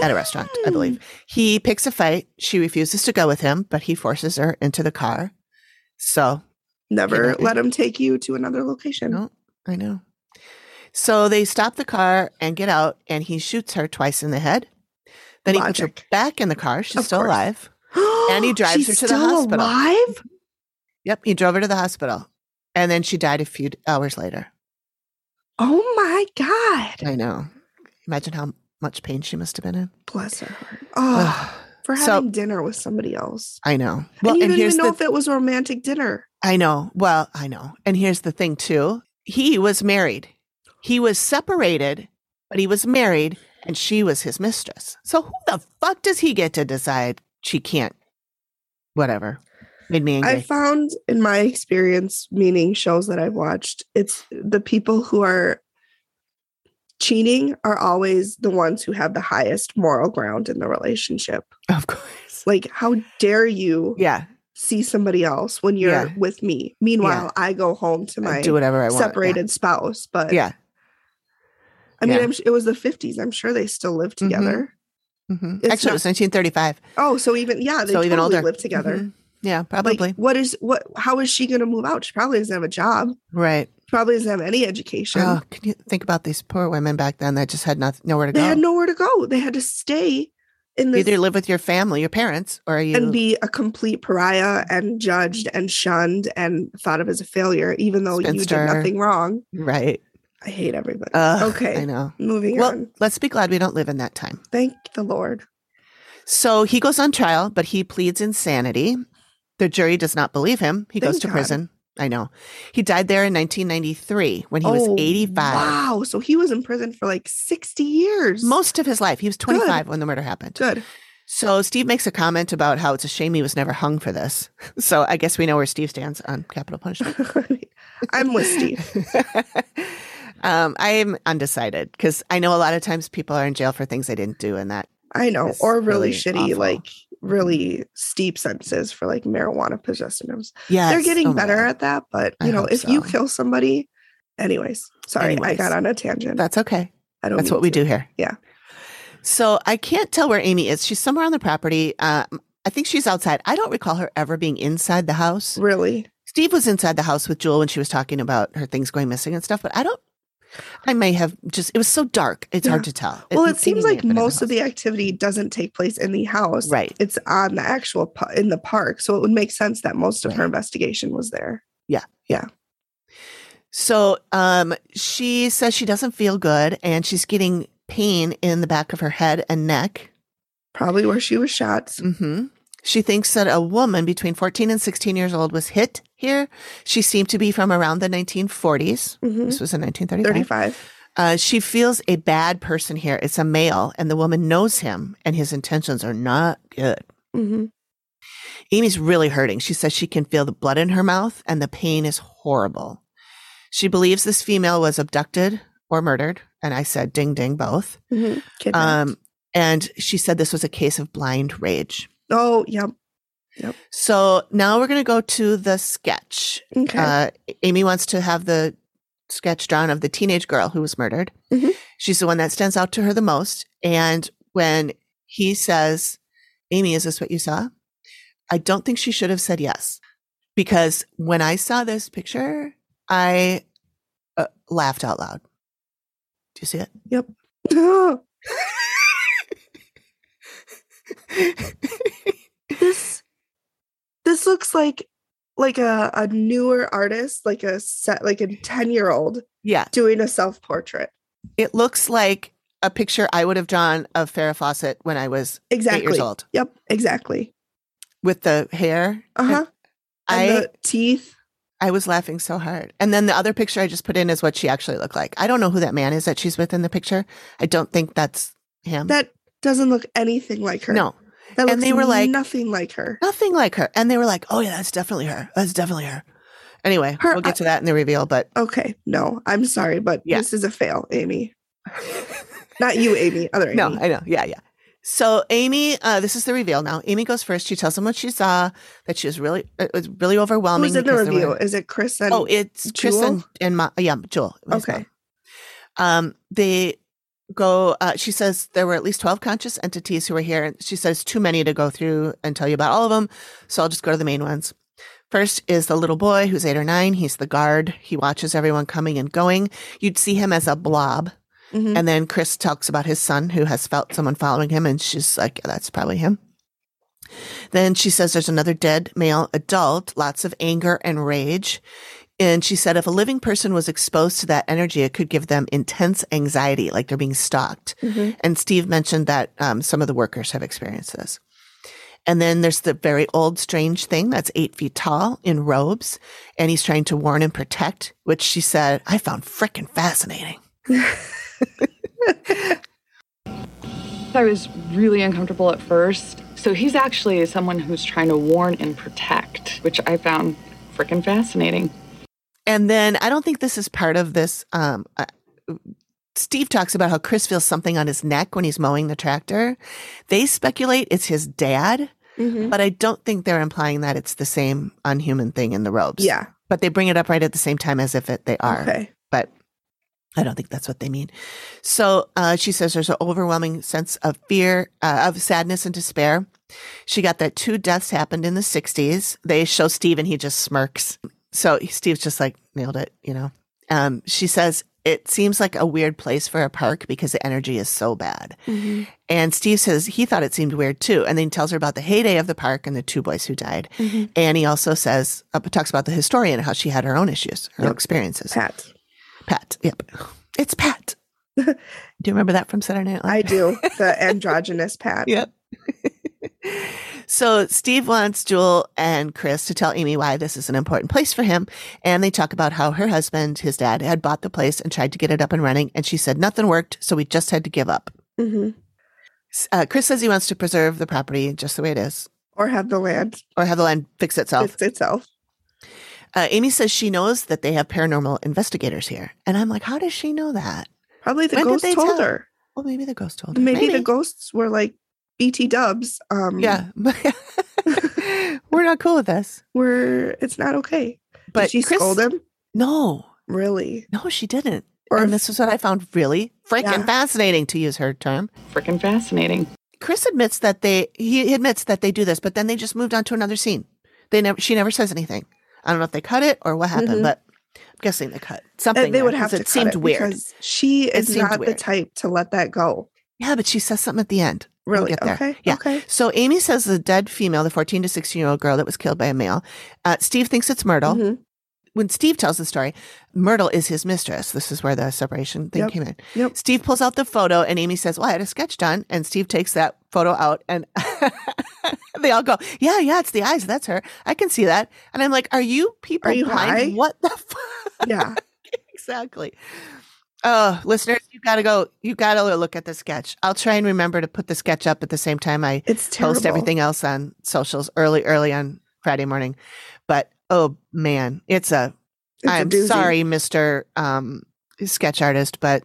Speaker 3: at a restaurant,
Speaker 2: Hmm.
Speaker 3: I believe. He picks a fight. She refuses to go with him, but he forces her into the car. So,
Speaker 2: Never
Speaker 3: Tina.
Speaker 2: let him take you to another location.
Speaker 3: No. I know. So they stop the car and get out, and he shoots her twice in the head. Then he puts her
Speaker 2: Logic.
Speaker 3: back in the car. She's
Speaker 2: Of
Speaker 3: still
Speaker 2: course.
Speaker 3: alive. And
Speaker 2: *gasps*
Speaker 3: he drives
Speaker 2: She's
Speaker 3: her to the
Speaker 2: still
Speaker 3: hospital.
Speaker 2: Alive?
Speaker 3: Yep, he drove her to the hospital. And then she died a few hours later.
Speaker 2: Oh my God.
Speaker 3: I know. Imagine how much pain she must have been in.
Speaker 2: Bless
Speaker 3: *sighs*
Speaker 2: her heart. Oh, for
Speaker 3: So-
Speaker 2: having dinner with somebody else.
Speaker 3: I know. Well,
Speaker 2: Well, and you
Speaker 3: and
Speaker 2: didn't
Speaker 3: here's
Speaker 2: even know
Speaker 3: the
Speaker 2: if it was a romantic dinner.
Speaker 3: I know. Well, I know. And here's the thing too. He was married. He was separated, but he was married and she was his mistress. So who the fuck does he get to decide she can't whatever. Made me
Speaker 2: I
Speaker 3: angry.
Speaker 2: found in my experience, meaning shows that I've watched, it's the people who are cheating are always the ones who have the highest moral ground in the relationship.
Speaker 3: *laughs* of course.
Speaker 2: Like, how dare you
Speaker 3: Yeah.
Speaker 2: see somebody else when you're
Speaker 3: Yeah.
Speaker 2: with me. Meanwhile, I go home to
Speaker 3: I
Speaker 2: my
Speaker 3: do whatever I want. yeah.
Speaker 2: separated spouse. But
Speaker 3: Yeah.
Speaker 2: I mean,
Speaker 3: yeah.
Speaker 2: I'm, su- it was the 50s. I'm sure they still live
Speaker 3: Mhm.
Speaker 2: together.
Speaker 3: Mhm. Actually,
Speaker 2: It's
Speaker 3: it was 1935.
Speaker 2: Oh, so even yeah, they
Speaker 3: so
Speaker 2: totally
Speaker 3: even older.
Speaker 2: live together.
Speaker 3: Mhm. Yeah,
Speaker 2: Like,
Speaker 3: probably.
Speaker 2: what is what? How is she going to move out? She probably doesn't have a job.
Speaker 3: right.
Speaker 2: Probably doesn't have any education.
Speaker 3: Oh, can you think about these poor women back then that just had noth- nowhere to
Speaker 2: they
Speaker 3: go?
Speaker 2: had nowhere to go. They had to stay in
Speaker 3: You
Speaker 2: this
Speaker 3: either live with your family, your parents, or you.
Speaker 2: and be a complete pariah and judged and shunned and thought of as a failure, even though you
Speaker 3: Spinster.
Speaker 2: did nothing wrong.
Speaker 3: right.
Speaker 2: I hate everybody.
Speaker 3: Ugh, I
Speaker 2: okay,
Speaker 3: know.
Speaker 2: moving
Speaker 3: Well,
Speaker 2: on.
Speaker 3: let's be glad we don't live in that time.
Speaker 2: Thank the Lord.
Speaker 3: So he goes on trial, but he pleads insanity. The jury does not believe him. He goes
Speaker 2: Thank
Speaker 3: to
Speaker 2: God.
Speaker 3: prison. I know. He died there in 1993 when he was 85.
Speaker 2: Oh, Wow. So he was in prison for like 60 years.
Speaker 3: Most of his life. He was 25 when the murder happened.
Speaker 2: good. *laughs*
Speaker 3: So Steve makes a comment about how it's a shame he was never hung for this. *laughs* So I guess we know where Steve stands on capital punishment.
Speaker 2: I'm with Steve.
Speaker 3: *laughs* um, I am undecided because I know a lot of times people are in jail for things they didn't do, and that
Speaker 2: I know.
Speaker 3: It's
Speaker 2: or really,
Speaker 3: really
Speaker 2: shitty,
Speaker 3: awful. Mm-hmm.
Speaker 2: like really steep sentences for like marijuana possessives.
Speaker 3: yeah,
Speaker 2: They're getting better at that, but
Speaker 3: I
Speaker 2: you know,
Speaker 3: hope
Speaker 2: if you
Speaker 3: so.
Speaker 2: kill somebody, anyways, sorry, I
Speaker 3: Anyways.
Speaker 2: got on a tangent.
Speaker 3: That's okay.
Speaker 2: I don't
Speaker 3: That's
Speaker 2: mean
Speaker 3: what we
Speaker 2: to.
Speaker 3: do here.
Speaker 2: Oh, Yeah.
Speaker 3: So I can't tell where Amy is. She's somewhere on the property. Um, I think she's outside. I don't recall her ever being inside the house.
Speaker 2: Really?
Speaker 3: Steve was inside the house with Jewel when she was talking about her things going missing and stuff, but I don't. I may have just. It was so dark. It's hard
Speaker 2: Yeah.
Speaker 3: to tell.
Speaker 2: Well, it
Speaker 3: Amy
Speaker 2: seems
Speaker 3: may
Speaker 2: like
Speaker 3: have been in
Speaker 2: most of
Speaker 3: house.
Speaker 2: the activity doesn't take place in the house.
Speaker 3: Right.
Speaker 2: It's on the actual pu- in the park, so it would make sense that most of her
Speaker 3: Right.
Speaker 2: investigation was there.
Speaker 3: So um, she says she doesn't feel good and she's getting pain in the back of her head and neck.
Speaker 2: Probably where she was shot.
Speaker 3: hmm She thinks that a woman between 14 and 16 years old was hit here. She seemed to be from around the 1940s.
Speaker 2: Mhm.
Speaker 3: This was in 1935.
Speaker 2: Thirty-five.
Speaker 3: Uh, she feels a bad person here. It's a male, and the woman knows him, and his intentions are not good.
Speaker 2: Mhm.
Speaker 3: Amy's really hurting. She says she can feel the blood in her mouth and the pain is horrible. She believes this female was abducted or murdered. And I said, ding, ding, both.
Speaker 2: Mhm. Kidnapped.
Speaker 3: Um, and she said this was a case of blind rage.
Speaker 2: oh, yep.
Speaker 3: So now we're going to go to the sketch.
Speaker 2: Okay. *laughs*
Speaker 3: Uh, Amy wants to have the sketch drawn of the teenage girl who was murdered.
Speaker 2: Mhm.
Speaker 3: She's the one that stands out to her the most. And when he says, Amy, is this what you saw? I don't think she should have said yes. Because when I saw this picture, I uh, laughed out loud. Do you see it?
Speaker 2: Oh. this this looks like like a, a newer artist, like a set like a 10 year old
Speaker 3: *laughs* Yeah.
Speaker 2: doing a self-portrait.
Speaker 3: It looks like a picture I would have drawn of Farrah Fawcett when I was eight
Speaker 2: Exactly.
Speaker 3: years old
Speaker 2: Yep, exactly.
Speaker 3: with the hair.
Speaker 2: Uh-huh.
Speaker 3: I,
Speaker 2: and the teeth.
Speaker 3: I was laughing so hard. And then the other picture I just put in is what she actually looked like. I don't know who that man is that she's with in the picture. I don't think that's him.
Speaker 2: That doesn't look anything like her.
Speaker 3: No,
Speaker 2: That
Speaker 3: and
Speaker 2: looks
Speaker 3: they were like-
Speaker 2: nothing like her.
Speaker 3: nothing like her. And they were like, oh, yeah, that's definitely her. That's definitely her. Anyway,
Speaker 2: Her-
Speaker 3: we'll get to that in the reveal, but
Speaker 2: Okay, no, I'm sorry, but
Speaker 3: Yeah.
Speaker 2: this is a fail, Amy. Not you, Amy. Other Amy.
Speaker 3: no, I know. Yeah, yeah. So Amy, uh, this is the reveal now. Amy goes first. She tells him what she saw, that she was really, it was really overwhelming.
Speaker 2: Who's in the
Speaker 3: because there
Speaker 2: review?
Speaker 3: were-
Speaker 2: Is it Chris and
Speaker 3: oh, it's Chris
Speaker 2: Jewel?
Speaker 3: and, and Ma- yeah, Joel.
Speaker 2: Okay.
Speaker 3: Um, they go, uh, she says there were at least 12 conscious entities who were here. And she says too many to go through and tell you about all of them. So I'll just go to the main ones. First is the little boy who's eight or nine. He's the guard. He watches everyone coming and going. You'd see him as a blob.
Speaker 2: Mhm.
Speaker 3: And then Chris talks about his son who has felt someone following him, and she's like, that's probably him. Then she says there's another dead male adult, lots of anger and rage. And she said if a living person was exposed to that energy, it could give them intense anxiety, like they're being stalked.
Speaker 2: Mhm.
Speaker 3: And Steve mentioned that um, some of the workers have experienced this. And then there's the very old, strange thing that's eight feet tall in robes, and he's trying to warn and protect, which she said, I found frickin' fascinating.
Speaker 1: I was really uncomfortable at first. So he's actually someone who's trying to warn and protect, which I found freaking fascinating.
Speaker 3: And then I don't think this is part of this. Um, uh, Steve talks about how Chris feels something on his neck when he's mowing the tractor. They speculate it's his dad,
Speaker 2: Mhm.
Speaker 3: but I don't think they're implying that it's the same unhuman thing in the robes.
Speaker 2: Yeah.
Speaker 3: But they bring it up right at the same time as if it, they are.
Speaker 2: Okay.
Speaker 3: But I don't think that's what they mean. So uh, she says there's an overwhelming sense of fear, uh, of sadness and despair. She got that two deaths happened in the 60s. They show Steve and he just smirks. So Steve's just like, nailed it, you know? Um, she says, it seems like a weird place for a park because the energy is so bad.
Speaker 2: Mhm.
Speaker 3: And Steve says he thought it seemed weird too. And then he tells her about the heyday of the park and the two boys who died.
Speaker 2: Mhm.
Speaker 3: And he also says, uh, talks about the historian, how she had her own issues, her own experiences.
Speaker 2: Pat.
Speaker 3: Pat. Yep. It's Pat. *laughs* Do you remember that from Saturday Night Live?
Speaker 2: I do.
Speaker 3: *laughs*
Speaker 2: The androgynous Pat.
Speaker 3: Yep. *laughs* so Steve wants Jewel and Chris to tell Amy why this is an important place for him. And they talk about how her husband, his dad, had bought the place and tried to get it up and running. And she said nothing worked. So we just had to give up.
Speaker 2: hmm
Speaker 3: S- Uh, Chris says he wants to preserve the property just the way it is
Speaker 2: Or have the land
Speaker 3: or have the land fix itself.
Speaker 2: fix itself.
Speaker 3: Uh, Amy says she knows that they have paranormal investigators here. And I'm like, how does she know that?
Speaker 2: Probably the
Speaker 3: When did
Speaker 2: ghost
Speaker 3: they
Speaker 2: told
Speaker 3: tell?
Speaker 2: her.
Speaker 3: Well, maybe the ghost told her.
Speaker 2: Maybe, the ghosts were like BT dubs. Um,
Speaker 3: Yeah. *laughs* We're not cool with this.
Speaker 2: Were, it's not okay.
Speaker 3: But
Speaker 2: Did she
Speaker 3: Chris,
Speaker 2: scold him?
Speaker 3: No,
Speaker 2: Really?
Speaker 3: no, she didn't.
Speaker 2: Or
Speaker 3: and this is what I found really freaking
Speaker 2: Yeah.
Speaker 3: fascinating to use her term.
Speaker 1: Freaking fascinating.
Speaker 3: Chris admits that they he admits that they do this, but then they just moved on to another scene. They never she never says anything. I don't know if they cut it or what happened, but I'm guessing they cut something.
Speaker 2: Mm-hmm. they
Speaker 3: there,
Speaker 2: would have
Speaker 3: 'cause
Speaker 2: to
Speaker 3: It
Speaker 2: cut
Speaker 3: seemed
Speaker 2: it
Speaker 3: weird.
Speaker 2: because she is
Speaker 3: seemed
Speaker 2: not the
Speaker 3: weird.
Speaker 2: type to let that go.
Speaker 3: Yeah, but she says something at the end. We'll
Speaker 2: Really?
Speaker 3: get there.
Speaker 2: Okay.
Speaker 3: Yeah.
Speaker 2: Okay.
Speaker 3: So Amy says the dead female, the 14 to 16 year old girl that was killed by a male. Uh, Steve thinks it's Myrtle.
Speaker 2: Mhm.
Speaker 3: When Steve tells the story, Myrtle is his mistress. This is where the separation thing
Speaker 2: Yep.
Speaker 3: came in.
Speaker 2: Yep.
Speaker 3: Steve pulls out the photo and Amy says, Well, I had a sketch done. And Steve takes that photo out and *laughs* they all go, Yeah, yeah, it's the eyes. That's her. I can see that. And I'm like, Are you people
Speaker 2: Are you high?"
Speaker 3: blind? What the *laughs* fuck?
Speaker 2: Yeah.
Speaker 3: exactly. Oh, listeners, you gotta go. You gotta look at the sketch. I'll try and remember to put the sketch up at the same time I
Speaker 2: It's
Speaker 3: *laughs*
Speaker 2: terrible.
Speaker 3: post everything else on socials early, early on Friday morning. But oh man, it's a.
Speaker 2: It's a
Speaker 3: am
Speaker 2: doozy.
Speaker 3: sorry, Mister um, Sketch Artist, but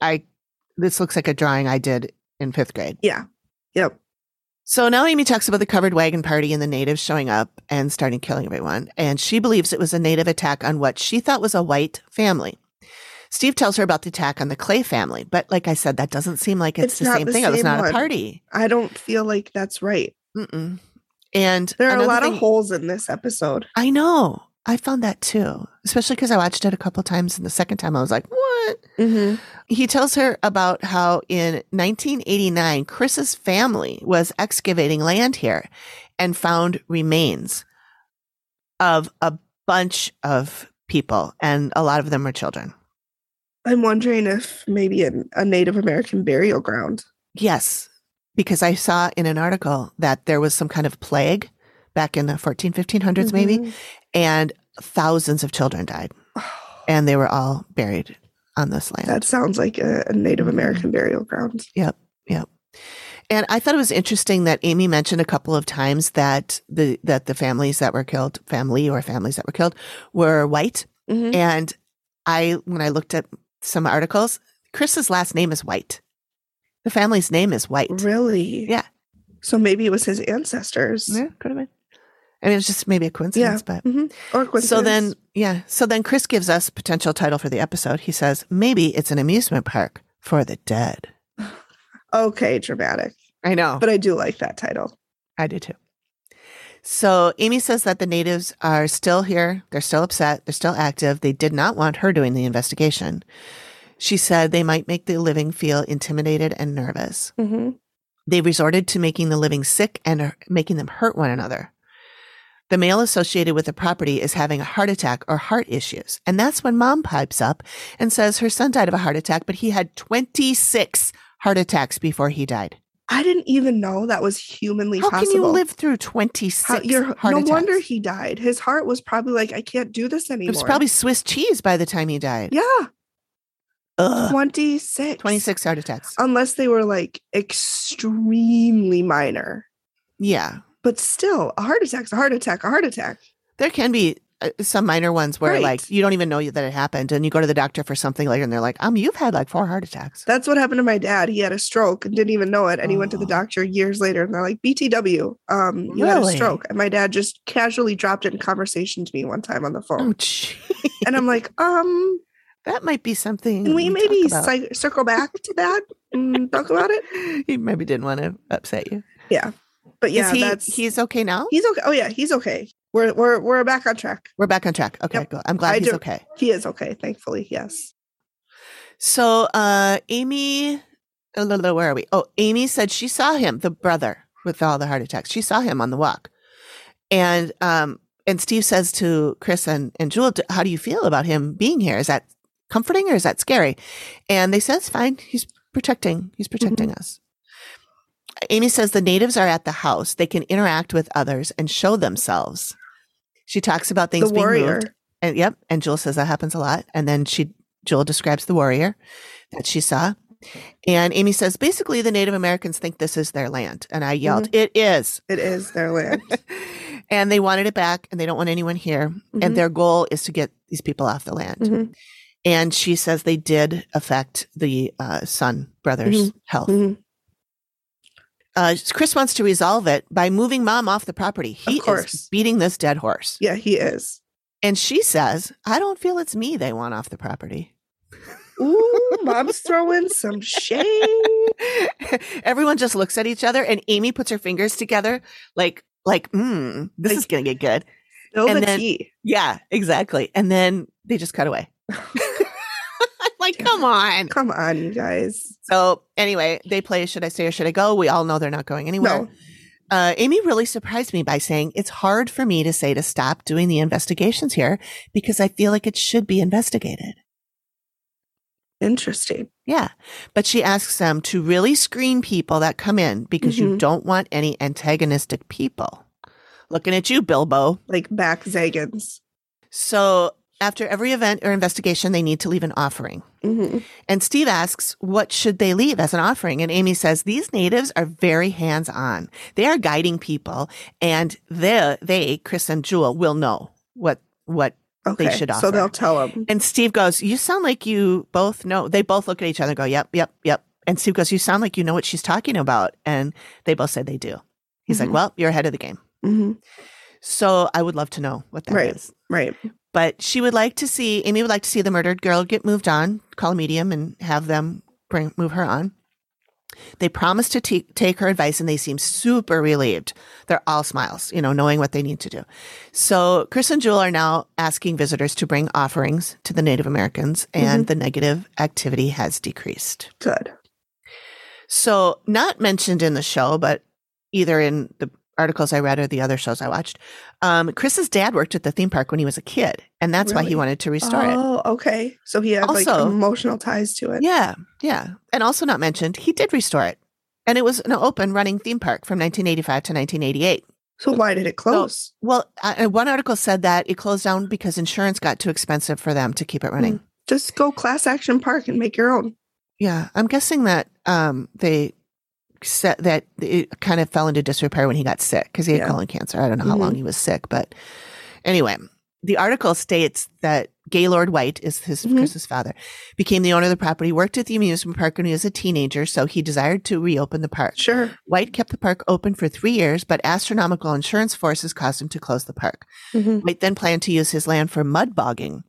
Speaker 3: I this looks like a drawing I did in fifth grade.
Speaker 2: Yeah. Yep.
Speaker 3: So now Amy talks about the covered wagon party and the natives showing up and starting killing everyone. And she believes it was a native attack on what she thought was a white family. Steve tells her about the attack on the Clay family, but like I said, that doesn't seem like it's,
Speaker 2: It's
Speaker 3: the
Speaker 2: not
Speaker 3: same
Speaker 2: the
Speaker 3: thing. it was
Speaker 2: same
Speaker 3: not
Speaker 2: one.
Speaker 3: a party.
Speaker 2: I don't feel like that's right.
Speaker 3: Mm-mm. And
Speaker 2: There are a
Speaker 3: another
Speaker 2: lot
Speaker 3: thing-
Speaker 2: of holes in this episode.
Speaker 3: I know. I found that too, especially because I watched it a couple times. And the second time, I was like, what?
Speaker 2: Mm-hmm.
Speaker 3: He tells her about how in 1989, Chris's family was excavating land here and found remains of a bunch of people, and a lot of them were children.
Speaker 2: I'm wondering if maybe an, a Native American burial ground.
Speaker 3: Yes, because I saw in an article that there was some kind of plague back in the 14, 1500s, maybe,
Speaker 2: Mhm.
Speaker 3: and thousands of children
Speaker 2: *sighs*
Speaker 3: died, and they were all buried on this land.
Speaker 2: That sounds like a, a Native American burial ground.
Speaker 3: And I thought it was interesting that Amy mentioned a couple of times that the that the families that were killed, family or families that were killed, were white.
Speaker 2: Mhm.
Speaker 3: And I, when I looked at some articles, Chris's last name is White. The family's name is White.
Speaker 2: Really?
Speaker 3: Yeah.
Speaker 2: So maybe it was his ancestors.
Speaker 3: Yeah, could have been. I mean, it's just maybe a coincidence, but
Speaker 2: Mhm. Or
Speaker 3: so then,
Speaker 2: coincidence.
Speaker 3: yeah. So then, Chris gives us potential title for the episode. He says maybe it's an amusement park for the dead.
Speaker 2: okay, dramatic.
Speaker 3: I know,
Speaker 2: But I do like that title.
Speaker 3: I do too. So Amy says that the natives are still here. They're still upset. They're still active. They did not want her doing the investigation. She said they might make the living feel intimidated and nervous.
Speaker 2: Mm-hmm.
Speaker 3: They resorted to making the living sick and uh, making them hurt one another. The male associated with the property is having a heart attack or heart issues. And that's when mom pipes up and says her son died of a heart attack, but he had 26 heart attacks before he died.
Speaker 2: I didn't even know that was humanly
Speaker 3: How
Speaker 2: possible.
Speaker 3: can you live through 26
Speaker 2: How- you're-
Speaker 3: heart
Speaker 2: no
Speaker 3: attacks?
Speaker 2: wonder he died. His heart was probably like, I can't do this anymore.
Speaker 3: It was probably Swiss cheese by the time he died.
Speaker 2: yeah,
Speaker 3: Ugh.
Speaker 2: twenty six.
Speaker 3: 26 heart attacks.
Speaker 2: Unless they were like extremely minor,
Speaker 3: yeah.
Speaker 2: but still, a heart attack's a heart attack. A heart attack.
Speaker 3: There can be uh, some minor ones where,
Speaker 2: Right.
Speaker 3: like, you don't even know that it happened. And you go to the doctor for something later and they're like, um, you've had like four heart attacks.
Speaker 2: That's what happened to my dad. He had a stroke and didn't even know it, and he went to the
Speaker 3: Oh.
Speaker 2: doctor years later, and they're like, "BTW, um, you had a
Speaker 3: Really?
Speaker 2: stroke." And my dad just casually dropped it in conversation to me one time on the
Speaker 3: Oh,
Speaker 2: *laughs* phone,
Speaker 3: gee.
Speaker 2: and I'm like, "Um,
Speaker 3: That might be something.
Speaker 2: can we
Speaker 3: Oh, Mm, talk
Speaker 2: maybe
Speaker 3: about.
Speaker 2: cy- circle back to that and talk about it?"
Speaker 3: *laughs* he maybe didn't want to upset you.
Speaker 2: But yeah,
Speaker 3: Is he,
Speaker 2: that's
Speaker 3: he's okay now.
Speaker 2: He's okay. Oh yeah, he's okay. We're we're we're back on track.
Speaker 3: We're back on track. Okay,
Speaker 2: Yep.
Speaker 3: good. I'm glad
Speaker 2: I
Speaker 3: he's
Speaker 2: do-
Speaker 3: okay.
Speaker 2: He is okay, thankfully. Yes.
Speaker 3: So, uh, Amy, oh, la, la, where are we? Oh, Amy said she saw him, the brother with all the heart attacks. She saw him on the walk, and um, and Steve says to Chris and and Jewel, "D- "How do you feel about him being here? Is that comforting or is that scary?" And they say, "It's fine. He's protecting. He's protecting
Speaker 2: Mm-hmm.
Speaker 3: us." Amy says the natives are at the house. They can interact with others and show themselves. She talks about things
Speaker 2: the
Speaker 3: being
Speaker 2: warrior.
Speaker 3: moved and yep. And Jewel says that happens a lot. And then she, Jewel describes the warrior that she saw. And Amy says, basically, the Native Americans think this is their land. And I yelled,
Speaker 2: Mm-hmm.
Speaker 3: "It
Speaker 2: *laughs*
Speaker 3: is.
Speaker 2: It is their land.
Speaker 3: and they wanted it back and they don't want anyone here.
Speaker 2: Mhm.
Speaker 3: And their goal is to get these people off the land.
Speaker 2: Mhm.
Speaker 3: And she says they did affect the uh, son brother's health.
Speaker 2: Mhm.
Speaker 3: Uh, Chris wants to resolve it by moving mom off the property. He
Speaker 2: course.
Speaker 3: is beating this dead horse.
Speaker 2: Yeah, he is.
Speaker 3: And she says, I don't feel it's me they want off the property.
Speaker 2: Ooh, mom's throwing
Speaker 3: *laughs*
Speaker 2: some shade.
Speaker 3: Everyone just looks at each other, and Amy puts her fingers together, like, like, mm, this
Speaker 2: Like-
Speaker 3: is gonna get good.
Speaker 2: Spill
Speaker 3: And
Speaker 2: the
Speaker 3: then-
Speaker 2: tea.
Speaker 3: Yeah, exactly. And then they just cut
Speaker 2: *laughs*
Speaker 3: away. *laughs* I'm like,
Speaker 2: Damn
Speaker 3: come on.
Speaker 2: Come on, you guys.
Speaker 3: So anyway, they play "Should I Stay or Should I Go?" We all know they're not going anywhere.
Speaker 2: No.
Speaker 3: Uh, Amy really surprised me by saying, "It's hard for me to say to stop doing the investigations here because I feel like it should be investigated."
Speaker 2: Interesting.
Speaker 3: Yeah. But she asks them to really screen people that come in because you
Speaker 2: Mhm.
Speaker 3: don't want any antagonistic people. Looking at you, Bilbo.
Speaker 2: Like back Zagans.
Speaker 3: So after every event or investigation, they need to leave an offering.
Speaker 2: hmm
Speaker 3: And Steve asks, what should they leave as an offering? And Amy says, these natives are very hands on. They are guiding people and they, they, Chris and Jewel will know what, what.
Speaker 2: Okay.
Speaker 3: should
Speaker 2: So
Speaker 3: offer.
Speaker 2: they'll tell them.
Speaker 3: And Steve goes, you sound like you both know. They both look at each other and go, yep, yep, yep. And Steve goes, you sound like you know what she's talking about. And they both say they do. He's
Speaker 2: Mhm.
Speaker 3: like, well, you're ahead of the game.
Speaker 2: hmm
Speaker 3: So I would love to know what that is.
Speaker 2: Right. Right.
Speaker 3: but she would like to see Amy would like to see the murdered girl get moved on, call a medium, and have them bring move her on. They promise to t- take her advice, and they seem super relieved. They're all smiles, you know, knowing what they need to do. So Chris and Jewel are now asking visitors to bring offerings to the Native Americans, and the negative activity has decreased.
Speaker 2: Good.
Speaker 3: So, not mentioned in the show, but either in the articles I read or the other shows I watched, um, Chris's dad worked at the theme park when he was a kid, and that's why he
Speaker 2: Really?
Speaker 3: wanted to restore it.
Speaker 2: oh, okay. So he had like
Speaker 3: Also-
Speaker 2: emotional ties to it.
Speaker 3: Yeah, yeah. And also not mentioned, he did restore it. And it was an open running theme park from 1985 to 1988.
Speaker 2: So why did it close?
Speaker 3: Well, I, I- one article said that it closed down because insurance got too expensive for them to keep it running.
Speaker 2: Just go class action park and make your own.
Speaker 3: Yeah, I'm guessing that um, they said that it kind of fell into disrepair when he got sick because he had
Speaker 2: Yeah.
Speaker 3: colon cancer. I don't know how long he was sick, but anyway, the article states that Gaylord White is his
Speaker 2: Mhm.
Speaker 3: Chris's father, became the owner of the property, worked at the amusement park when he was a teenager, so he desired to reopen the park.
Speaker 2: Sure.
Speaker 3: White kept the park open for three years, but astronomical insurance forces caused him to close the park.
Speaker 2: Mhm.
Speaker 3: White then planned to use his land for mud bogging.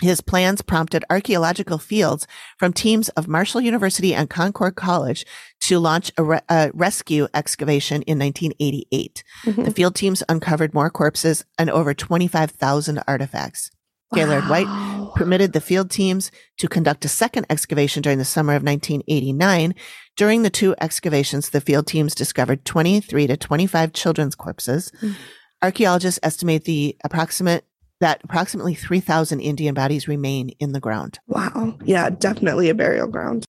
Speaker 3: His plans prompted archaeological fields from teams of Marshall University and Concord College to launch a, re- a rescue excavation in 1988. The
Speaker 2: Mhm.
Speaker 3: field teams uncovered more corpses and over 25,000 artifacts. Gaylord White
Speaker 2: Wow.
Speaker 3: permitted the field teams to conduct a second excavation during the summer of 1989. During the two excavations, the field teams discovered 23 to 25 children's corpses.
Speaker 2: Mm.
Speaker 3: Archaeologists estimate the approximate that approximately 3,000 Indian bodies remain in the ground.
Speaker 2: Wow. Yeah, definitely a burial ground.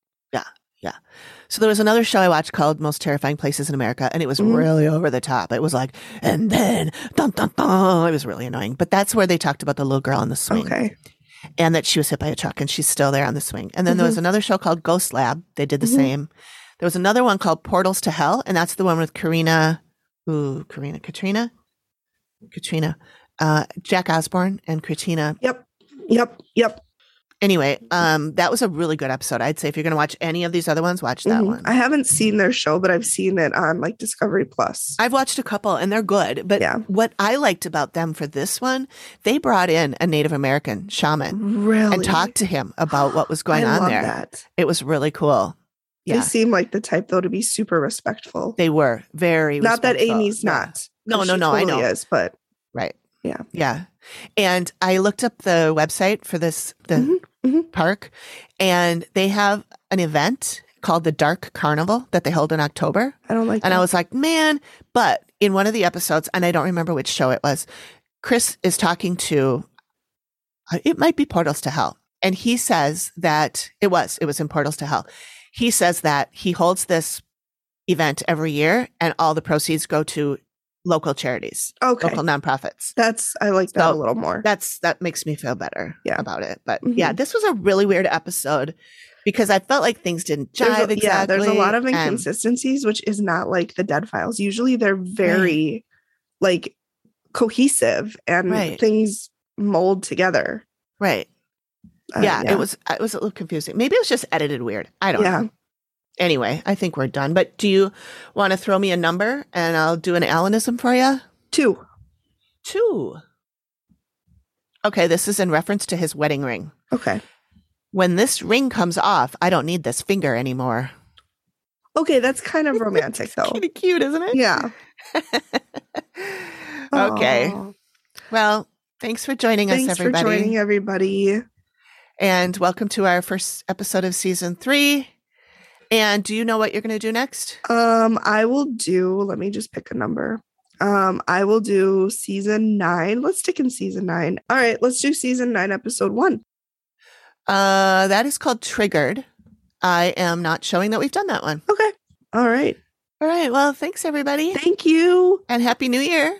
Speaker 3: So there was another show I watched called Most Terrifying Places in America, and it was
Speaker 2: Mhm.
Speaker 3: really over the top. It was like, and then, dun, dun, dun. It was really annoying. But that's where they talked about the little girl on the swing.
Speaker 2: Okay.
Speaker 3: and that she was hit by a truck and she's still there on the swing. And then there
Speaker 2: Mm-hmm.
Speaker 3: was another show called Ghost Lab. They did the
Speaker 2: Mhm.
Speaker 3: same. There was another one called Portals to Hell, and that's the one with Karina, ooh, Karina, Katrina, Katrina, uh, Jack Osborne and Katrina.
Speaker 2: Yep. Yep. Yep.
Speaker 3: Anyway, um, that was a really good episode. I'd say if you're going to watch any of these other ones, watch that
Speaker 2: Mhm.
Speaker 3: one.
Speaker 2: I haven't seen their show, but I've seen it on like Discovery Plus.
Speaker 3: I've watched a couple and they're good, but
Speaker 2: Yeah.
Speaker 3: what I liked about them for this one, they brought in a Native American shaman
Speaker 2: really
Speaker 3: and talked to him about what was going
Speaker 2: I
Speaker 3: on
Speaker 2: love
Speaker 3: there.
Speaker 2: That.
Speaker 3: It was really cool.
Speaker 2: They
Speaker 3: Yeah.
Speaker 2: seem like the type though to be super respectful.
Speaker 3: They were very
Speaker 2: not that
Speaker 3: respectful.
Speaker 2: Amy's
Speaker 3: Yeah.
Speaker 2: not.
Speaker 3: No,
Speaker 2: 'cause
Speaker 3: no,
Speaker 2: she
Speaker 3: no, I
Speaker 2: totally
Speaker 3: know.
Speaker 2: Is but
Speaker 3: right.
Speaker 2: Yeah.
Speaker 3: yeah. And I looked up the website for this the
Speaker 2: Mhm, mhm.
Speaker 3: park, and they have an event called the Dark Carnival that they hold in October.
Speaker 2: I don't like.
Speaker 3: And I
Speaker 2: that.
Speaker 3: was like, man, but in one of the episodes, and I don't remember which show it was, Chris is talking to, uh, it might be Portals to Hell. And he says that it was, it was in Portals to Hell. He says that he holds this event every year and all the proceeds go to local charities,
Speaker 2: okay.
Speaker 3: local nonprofits.
Speaker 2: That's I like that a
Speaker 3: So,
Speaker 2: little more.
Speaker 3: That's, that makes me feel better
Speaker 2: Yeah. Mm-hmm.
Speaker 3: about it. But yeah, this was a really weird episode because I felt like things didn't jive
Speaker 2: There's a-
Speaker 3: exactly.
Speaker 2: Yeah, there's a lot of
Speaker 3: and-
Speaker 2: inconsistencies, which is not like the dead files. Usually they're very like cohesive and
Speaker 3: Right.
Speaker 2: things mold together.
Speaker 3: right.
Speaker 2: Uh,
Speaker 3: yeah, it was it was a little confusing. Maybe it was just edited weird. I don't
Speaker 2: Yeah.
Speaker 3: know. Anyway, I think we're done. But do you want to throw me a number and I'll do an Alanism for you?
Speaker 2: Two.
Speaker 3: Two. Okay, this is in reference to his wedding ring.
Speaker 2: Okay.
Speaker 3: when this ring comes off, I don't need this finger anymore.
Speaker 2: Okay, that's
Speaker 3: *laughs*
Speaker 2: kind of romantic though.
Speaker 3: Pretty cute, isn't it?
Speaker 2: Yeah.
Speaker 3: *laughs* okay.
Speaker 2: Aw.
Speaker 3: Well, thanks for joining
Speaker 2: Thanks
Speaker 3: us, everybody.
Speaker 2: for joining everybody.
Speaker 3: And welcome to our first episode of season three. And do you know what you're going to do next?
Speaker 2: Um, I will do. Let me just pick a number. Um, I will do season nine. Let's stick in season nine. All right, let's do season nine, episode one.
Speaker 3: Uh, that is called Triggered. I am not showing that we've done that one.
Speaker 2: Okay. All right.
Speaker 3: All right. Well, thanks, everybody.
Speaker 2: Thank you.
Speaker 3: And Happy New Year.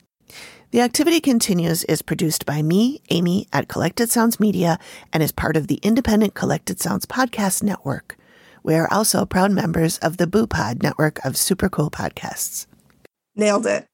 Speaker 3: The Activity Continues is produced by me, Amy, at Collected Sounds Media and is part of the independent Collected Sounds Podcast Network. We are also proud members of the Boo Pod network of super cool podcasts.
Speaker 2: Nailed it.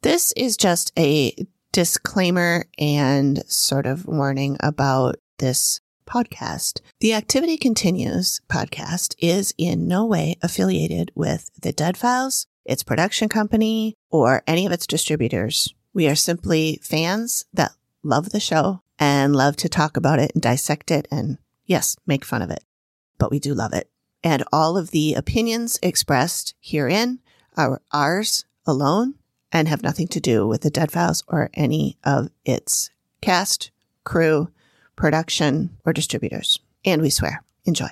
Speaker 3: This is just a disclaimer and sort of warning about this podcast. The Activity Continues podcast is in no way affiliated with the Dead Files, its production company, or any of its distributors. We are simply fans that love the show and love to talk about it and dissect it and, yes, make fun of it. But we do love it. And all of the opinions expressed herein are ours alone and have nothing to do with the Dead Files or any of its cast, crew, production, or distributors. And we swear. Enjoy.